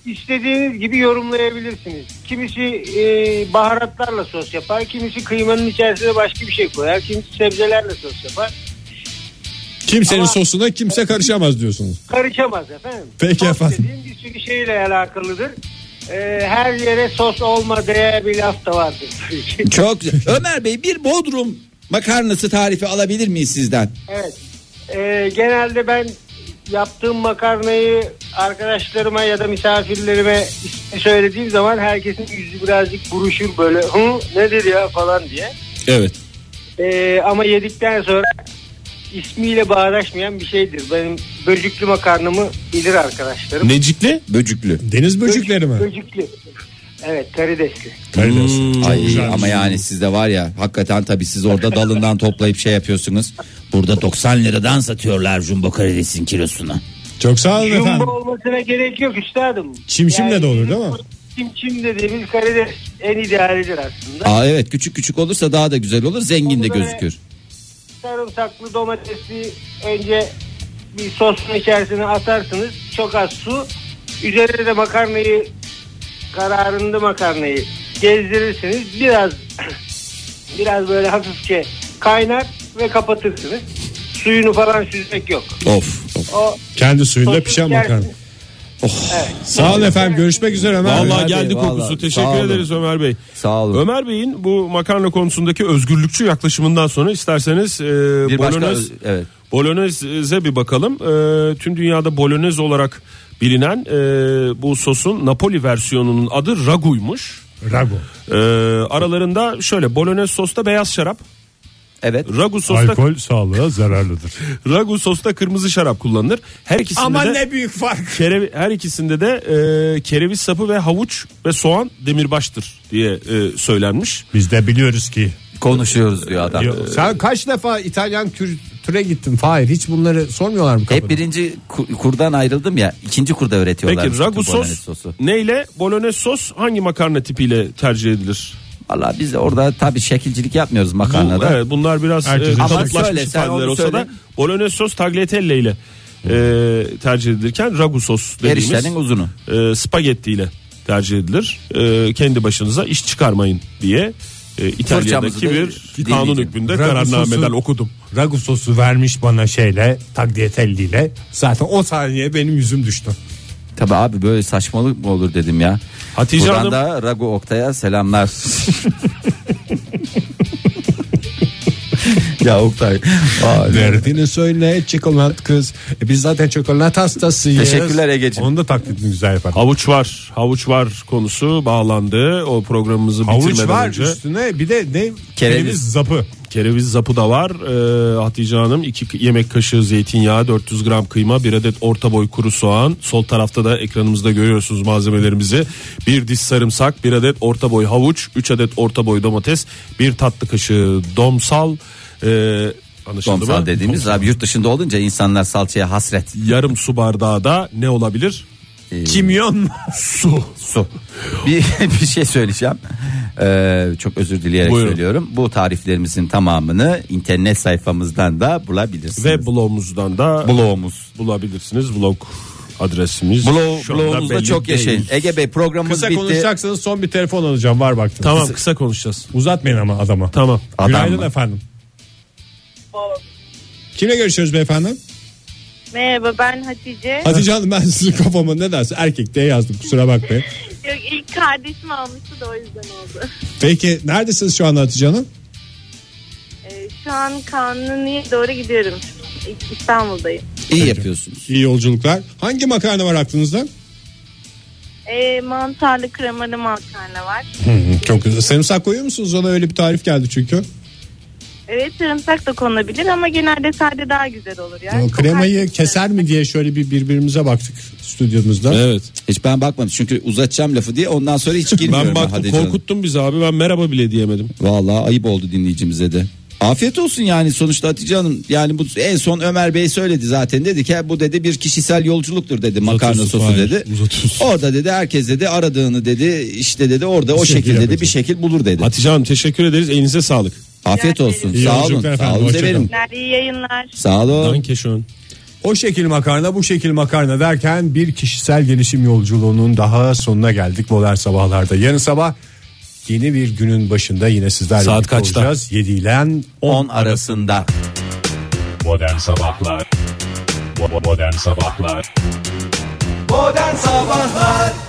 Speaker 8: İstediğiniz gibi yorumlayabilirsiniz. Kimisi e, baharatlarla sos yapar, kimisi kıymanın içerisine başka bir şey koyar, kimisi sebzelerle sos yapar.
Speaker 2: Kimsenin
Speaker 8: Ama-
Speaker 2: sosuna kimse karışamaz diyorsunuz.
Speaker 8: Karışamaz efendim.
Speaker 2: Peki
Speaker 8: sos
Speaker 2: efendim.
Speaker 8: dediğim bir sürü şeyle alakalıdır. E, her yere sos olma diye bir laf da vardır.
Speaker 3: çok güzel. Ömer Bey bir Bodrum makarnası tarifi alabilir miyiz sizden?
Speaker 8: Evet. Ee, genelde ben yaptığım makarnayı arkadaşlarıma ya da misafirlerime ismini söylediğim zaman herkesin yüzü birazcık buruşur böyle hı nedir ya falan diye.
Speaker 4: Evet.
Speaker 8: Ee, ama yedikten sonra ismiyle bağdaşmayan bir şeydir. Benim böcüklü makarnamı bilir arkadaşlarım.
Speaker 4: Necikli?
Speaker 3: Böcüklü.
Speaker 2: Deniz böcekleri mi?
Speaker 8: Böcüklü. Evet karidesli.
Speaker 2: Karides. Çok
Speaker 3: Hmm. Ay,
Speaker 2: güzelmiş.
Speaker 3: ama yani sizde var ya hakikaten tabii siz orada dalından toplayıp şey yapıyorsunuz. Burada 90 liradan satıyorlar jumbo karidesin kilosunu.
Speaker 2: Çok sağ olun
Speaker 8: Jumbo
Speaker 2: efendim.
Speaker 8: olmasına gerek yok üstadım.
Speaker 2: Çimşimle de olur değil mi?
Speaker 8: Çimçim dediğimiz karides en idealidir aslında.
Speaker 3: Aa evet küçük küçük olursa daha da güzel olur zengin de
Speaker 8: Onu böyle-
Speaker 3: gözükür.
Speaker 8: sarımsaklı domatesi önce bir sosun içerisine atarsınız. Çok az su. Üzerine de makarnayı kararında makarnayı gezdirirsiniz. Biraz biraz böyle hafifçe kaynar ve kapatırsınız. Suyunu falan süzmek yok.
Speaker 3: Of. of.
Speaker 8: O
Speaker 2: Kendi suyunda
Speaker 8: sosun
Speaker 2: pişen
Speaker 8: içerisine-
Speaker 2: makarna. Sağ olun efendim. Görüşmek üzere Ömer Bey.
Speaker 4: Vallahi
Speaker 3: Bey,
Speaker 4: geldi
Speaker 3: vallahi.
Speaker 4: kokusu.
Speaker 3: Sağ
Speaker 4: Teşekkür
Speaker 3: olun.
Speaker 4: ederiz Ömer Bey.
Speaker 3: Sağ olun.
Speaker 4: Ömer Bey'in bu makarna konusundaki özgürlükçü yaklaşımından sonra isterseniz e,
Speaker 3: Bir başka
Speaker 4: Bolognese-
Speaker 3: evet.
Speaker 4: Ee, Bolognese- e, bir bakalım. E, tüm dünyada bolognese olarak bilinen e, bu sosun Napoli versiyonunun adı raguymuş.
Speaker 2: Rago.
Speaker 4: E, aralarında şöyle bolognese sosta beyaz şarap,
Speaker 3: Evet.
Speaker 4: ragu sosta
Speaker 2: Alkol sağlığa zararlıdır.
Speaker 4: ragu sosta kırmızı şarap kullanılır. Her ikisinde de
Speaker 2: büyük fark.
Speaker 4: kerevi- her ikisinde de e, kereviz sapı ve havuç ve soğan demirbaştır diye e, söylenmiş.
Speaker 2: Biz de biliyoruz ki.
Speaker 3: Konuşuyoruz diyor adam.
Speaker 2: Sen kaç defa İtalyan kültüre gittin Fahir? Hiç bunları sormuyorlar mı kapıda?
Speaker 3: Hep birinci ku- kurdan ayrıldım ya. ikinci kurda öğretiyorlar.
Speaker 4: Peki ragu sos neyle bolognese sos hangi makarna tipiyle tercih edilir?
Speaker 3: Valla biz de orada tabii şekilcilik yapmıyoruz
Speaker 4: Bu,
Speaker 3: makarnada.
Speaker 4: evet, bunlar biraz e,
Speaker 2: Herkesin
Speaker 3: Ama
Speaker 4: kalıplaşmış
Speaker 3: söyle, sen
Speaker 4: ifadeler
Speaker 3: onu
Speaker 4: olsa da
Speaker 3: söyle.
Speaker 4: bolognese sos tagliatelle ile e, tercih edilirken ragu sos dediğimiz
Speaker 3: Eriştenin uzunu.
Speaker 4: e, spagetti ile tercih edilir. E, kendi başınıza iş çıkarmayın diye e,
Speaker 3: Fırçamızı
Speaker 4: İtalya'daki
Speaker 3: da
Speaker 4: bir kanun
Speaker 3: dinleyeceğim.
Speaker 4: hükmünde
Speaker 2: Ragu
Speaker 4: kararnameden
Speaker 2: sosu-
Speaker 4: okudum.
Speaker 2: Ragu sosu vermiş bana şeyle takdiyetelliyle. Zaten o saniye benim yüzüm düştü.
Speaker 3: Tabii abi böyle saçmalık mı olur dedim ya.
Speaker 4: Hatice
Speaker 3: Buradan
Speaker 4: Hanım-
Speaker 3: da Ragu Oktay'a selamlar. ya Oktay. vay.
Speaker 2: Derdini söyle çikolat kız. E, biz zaten çikolat hastasıyız.
Speaker 3: Teşekkürler Ege'ciğim.
Speaker 2: Onu da taklidini güzel yapar.
Speaker 4: Havuç var, havuç var konusu bağlandı. O programımızı
Speaker 2: Havuç
Speaker 4: bitirmeden
Speaker 2: var
Speaker 4: önce.
Speaker 2: üstüne bir de ne?
Speaker 3: Kereviz.
Speaker 2: zapı.
Speaker 4: Kereviz zapı da var. Ee, Hatice Hanım 2 yemek kaşığı zeytinyağı, 400 gram kıyma, bir adet orta boy kuru soğan. Sol tarafta da ekranımızda görüyorsunuz malzemelerimizi. Bir diş sarımsak, bir adet orta boy havuç, 3 adet orta boy domates, bir tatlı kaşığı domsal. Ee, anlaşıldı
Speaker 3: Domsal
Speaker 4: mı?
Speaker 3: dediğimiz abi yurt dışında olunca insanlar salçaya hasret.
Speaker 4: Yarım su bardağı da ne olabilir?
Speaker 2: Kimyon Su.
Speaker 3: Ee, Su. Bir, bir şey söyleyeceğim. Ee, çok özür dileyerek
Speaker 4: Buyurun.
Speaker 3: söylüyorum. Bu tariflerimizin tamamını internet sayfamızdan da bulabilirsiniz.
Speaker 4: Ve blogumuzdan da
Speaker 3: blogumuz.
Speaker 4: bulabilirsiniz. Blog adresimiz.
Speaker 3: Blog,
Speaker 4: şu anda
Speaker 3: blogumuzda
Speaker 4: belli
Speaker 3: çok
Speaker 4: değil.
Speaker 3: yaşayın. Ege Bey programımız
Speaker 2: Kısa
Speaker 3: bitti.
Speaker 2: konuşacaksanız son bir telefon alacağım var baktım.
Speaker 4: Tamam kısa konuşacağız.
Speaker 2: Uzatmayın ama adama.
Speaker 4: Tamam.
Speaker 3: Adam
Speaker 2: Günaydın
Speaker 3: mı?
Speaker 2: efendim. Kimle görüşüyoruz beyefendi?
Speaker 9: Merhaba ben Hatice.
Speaker 2: Hatice Hanım ben sizin kafama ne dersin? Erkek diye yazdım kusura bakmayın.
Speaker 9: Yok, ilk kardeşim almıştı da o yüzden oldu.
Speaker 2: Peki neredesiniz şu anda Hatice Hanım?
Speaker 9: Ee, şu an Kanuni'ye doğru gidiyorum. İstanbul'dayım.
Speaker 3: İyi yapıyorsunuz.
Speaker 2: İyi yolculuklar. Hangi makarna var aklınızda?
Speaker 9: Ee, mantarlı kremalı makarna var.
Speaker 2: Çok güzel. Sarımsak koyuyor musunuz? Ona öyle bir tarif geldi çünkü.
Speaker 9: Evet Ee, sarımsak da konulabilir ama genelde sade daha güzel olur yani.
Speaker 2: O
Speaker 9: Çok
Speaker 2: kremayı
Speaker 9: herkes-
Speaker 2: keser mi diye şöyle bir birbirimize baktık stüdyomuzda.
Speaker 4: Evet.
Speaker 3: Hiç ben bakmadım çünkü uzatacağım lafı diye ondan sonra hiç girmiyorum.
Speaker 4: Ben baktım
Speaker 3: Hatice Hanım.
Speaker 4: korkuttun bizi abi. Ben merhaba bile diyemedim.
Speaker 3: Vallahi ayıp oldu dinleyicimize de. Afiyet olsun yani sonuçta Hatice Hanım yani bu en son Ömer Bey söyledi zaten dedi ki bu dedi bir kişisel yolculuktur dedi makarna sosu
Speaker 4: hayır,
Speaker 3: dedi.
Speaker 4: uzatıyorsun.
Speaker 3: Orada dedi herkes dedi aradığını dedi işte dedi orada o
Speaker 2: şekil
Speaker 3: şekilde dedi
Speaker 2: yapacağım.
Speaker 3: bir şekil bulur dedi.
Speaker 4: Hatice Hanım teşekkür ederiz. Elinize sağlık.
Speaker 3: Afiyet olsun
Speaker 2: İyi
Speaker 3: sağ olun
Speaker 2: yolculuklar
Speaker 3: sağ
Speaker 2: efendim,
Speaker 3: olun
Speaker 2: hoşça
Speaker 3: severim.
Speaker 9: İyi yayınlar.
Speaker 3: Sağ olun.
Speaker 4: Dankeschön.
Speaker 2: O şekil makarna bu şekil makarna derken bir kişisel gelişim yolculuğunun daha sonuna geldik modern sabahlarda. Yarın sabah yeni bir günün başında yine sizlerle
Speaker 4: Saat
Speaker 2: birlikte
Speaker 4: kaçta?
Speaker 2: olacağız. 7 ile 10.
Speaker 3: 10 arasında.
Speaker 11: Modern Sabahlar Bo- Modern Sabahlar
Speaker 3: Modern Sabahlar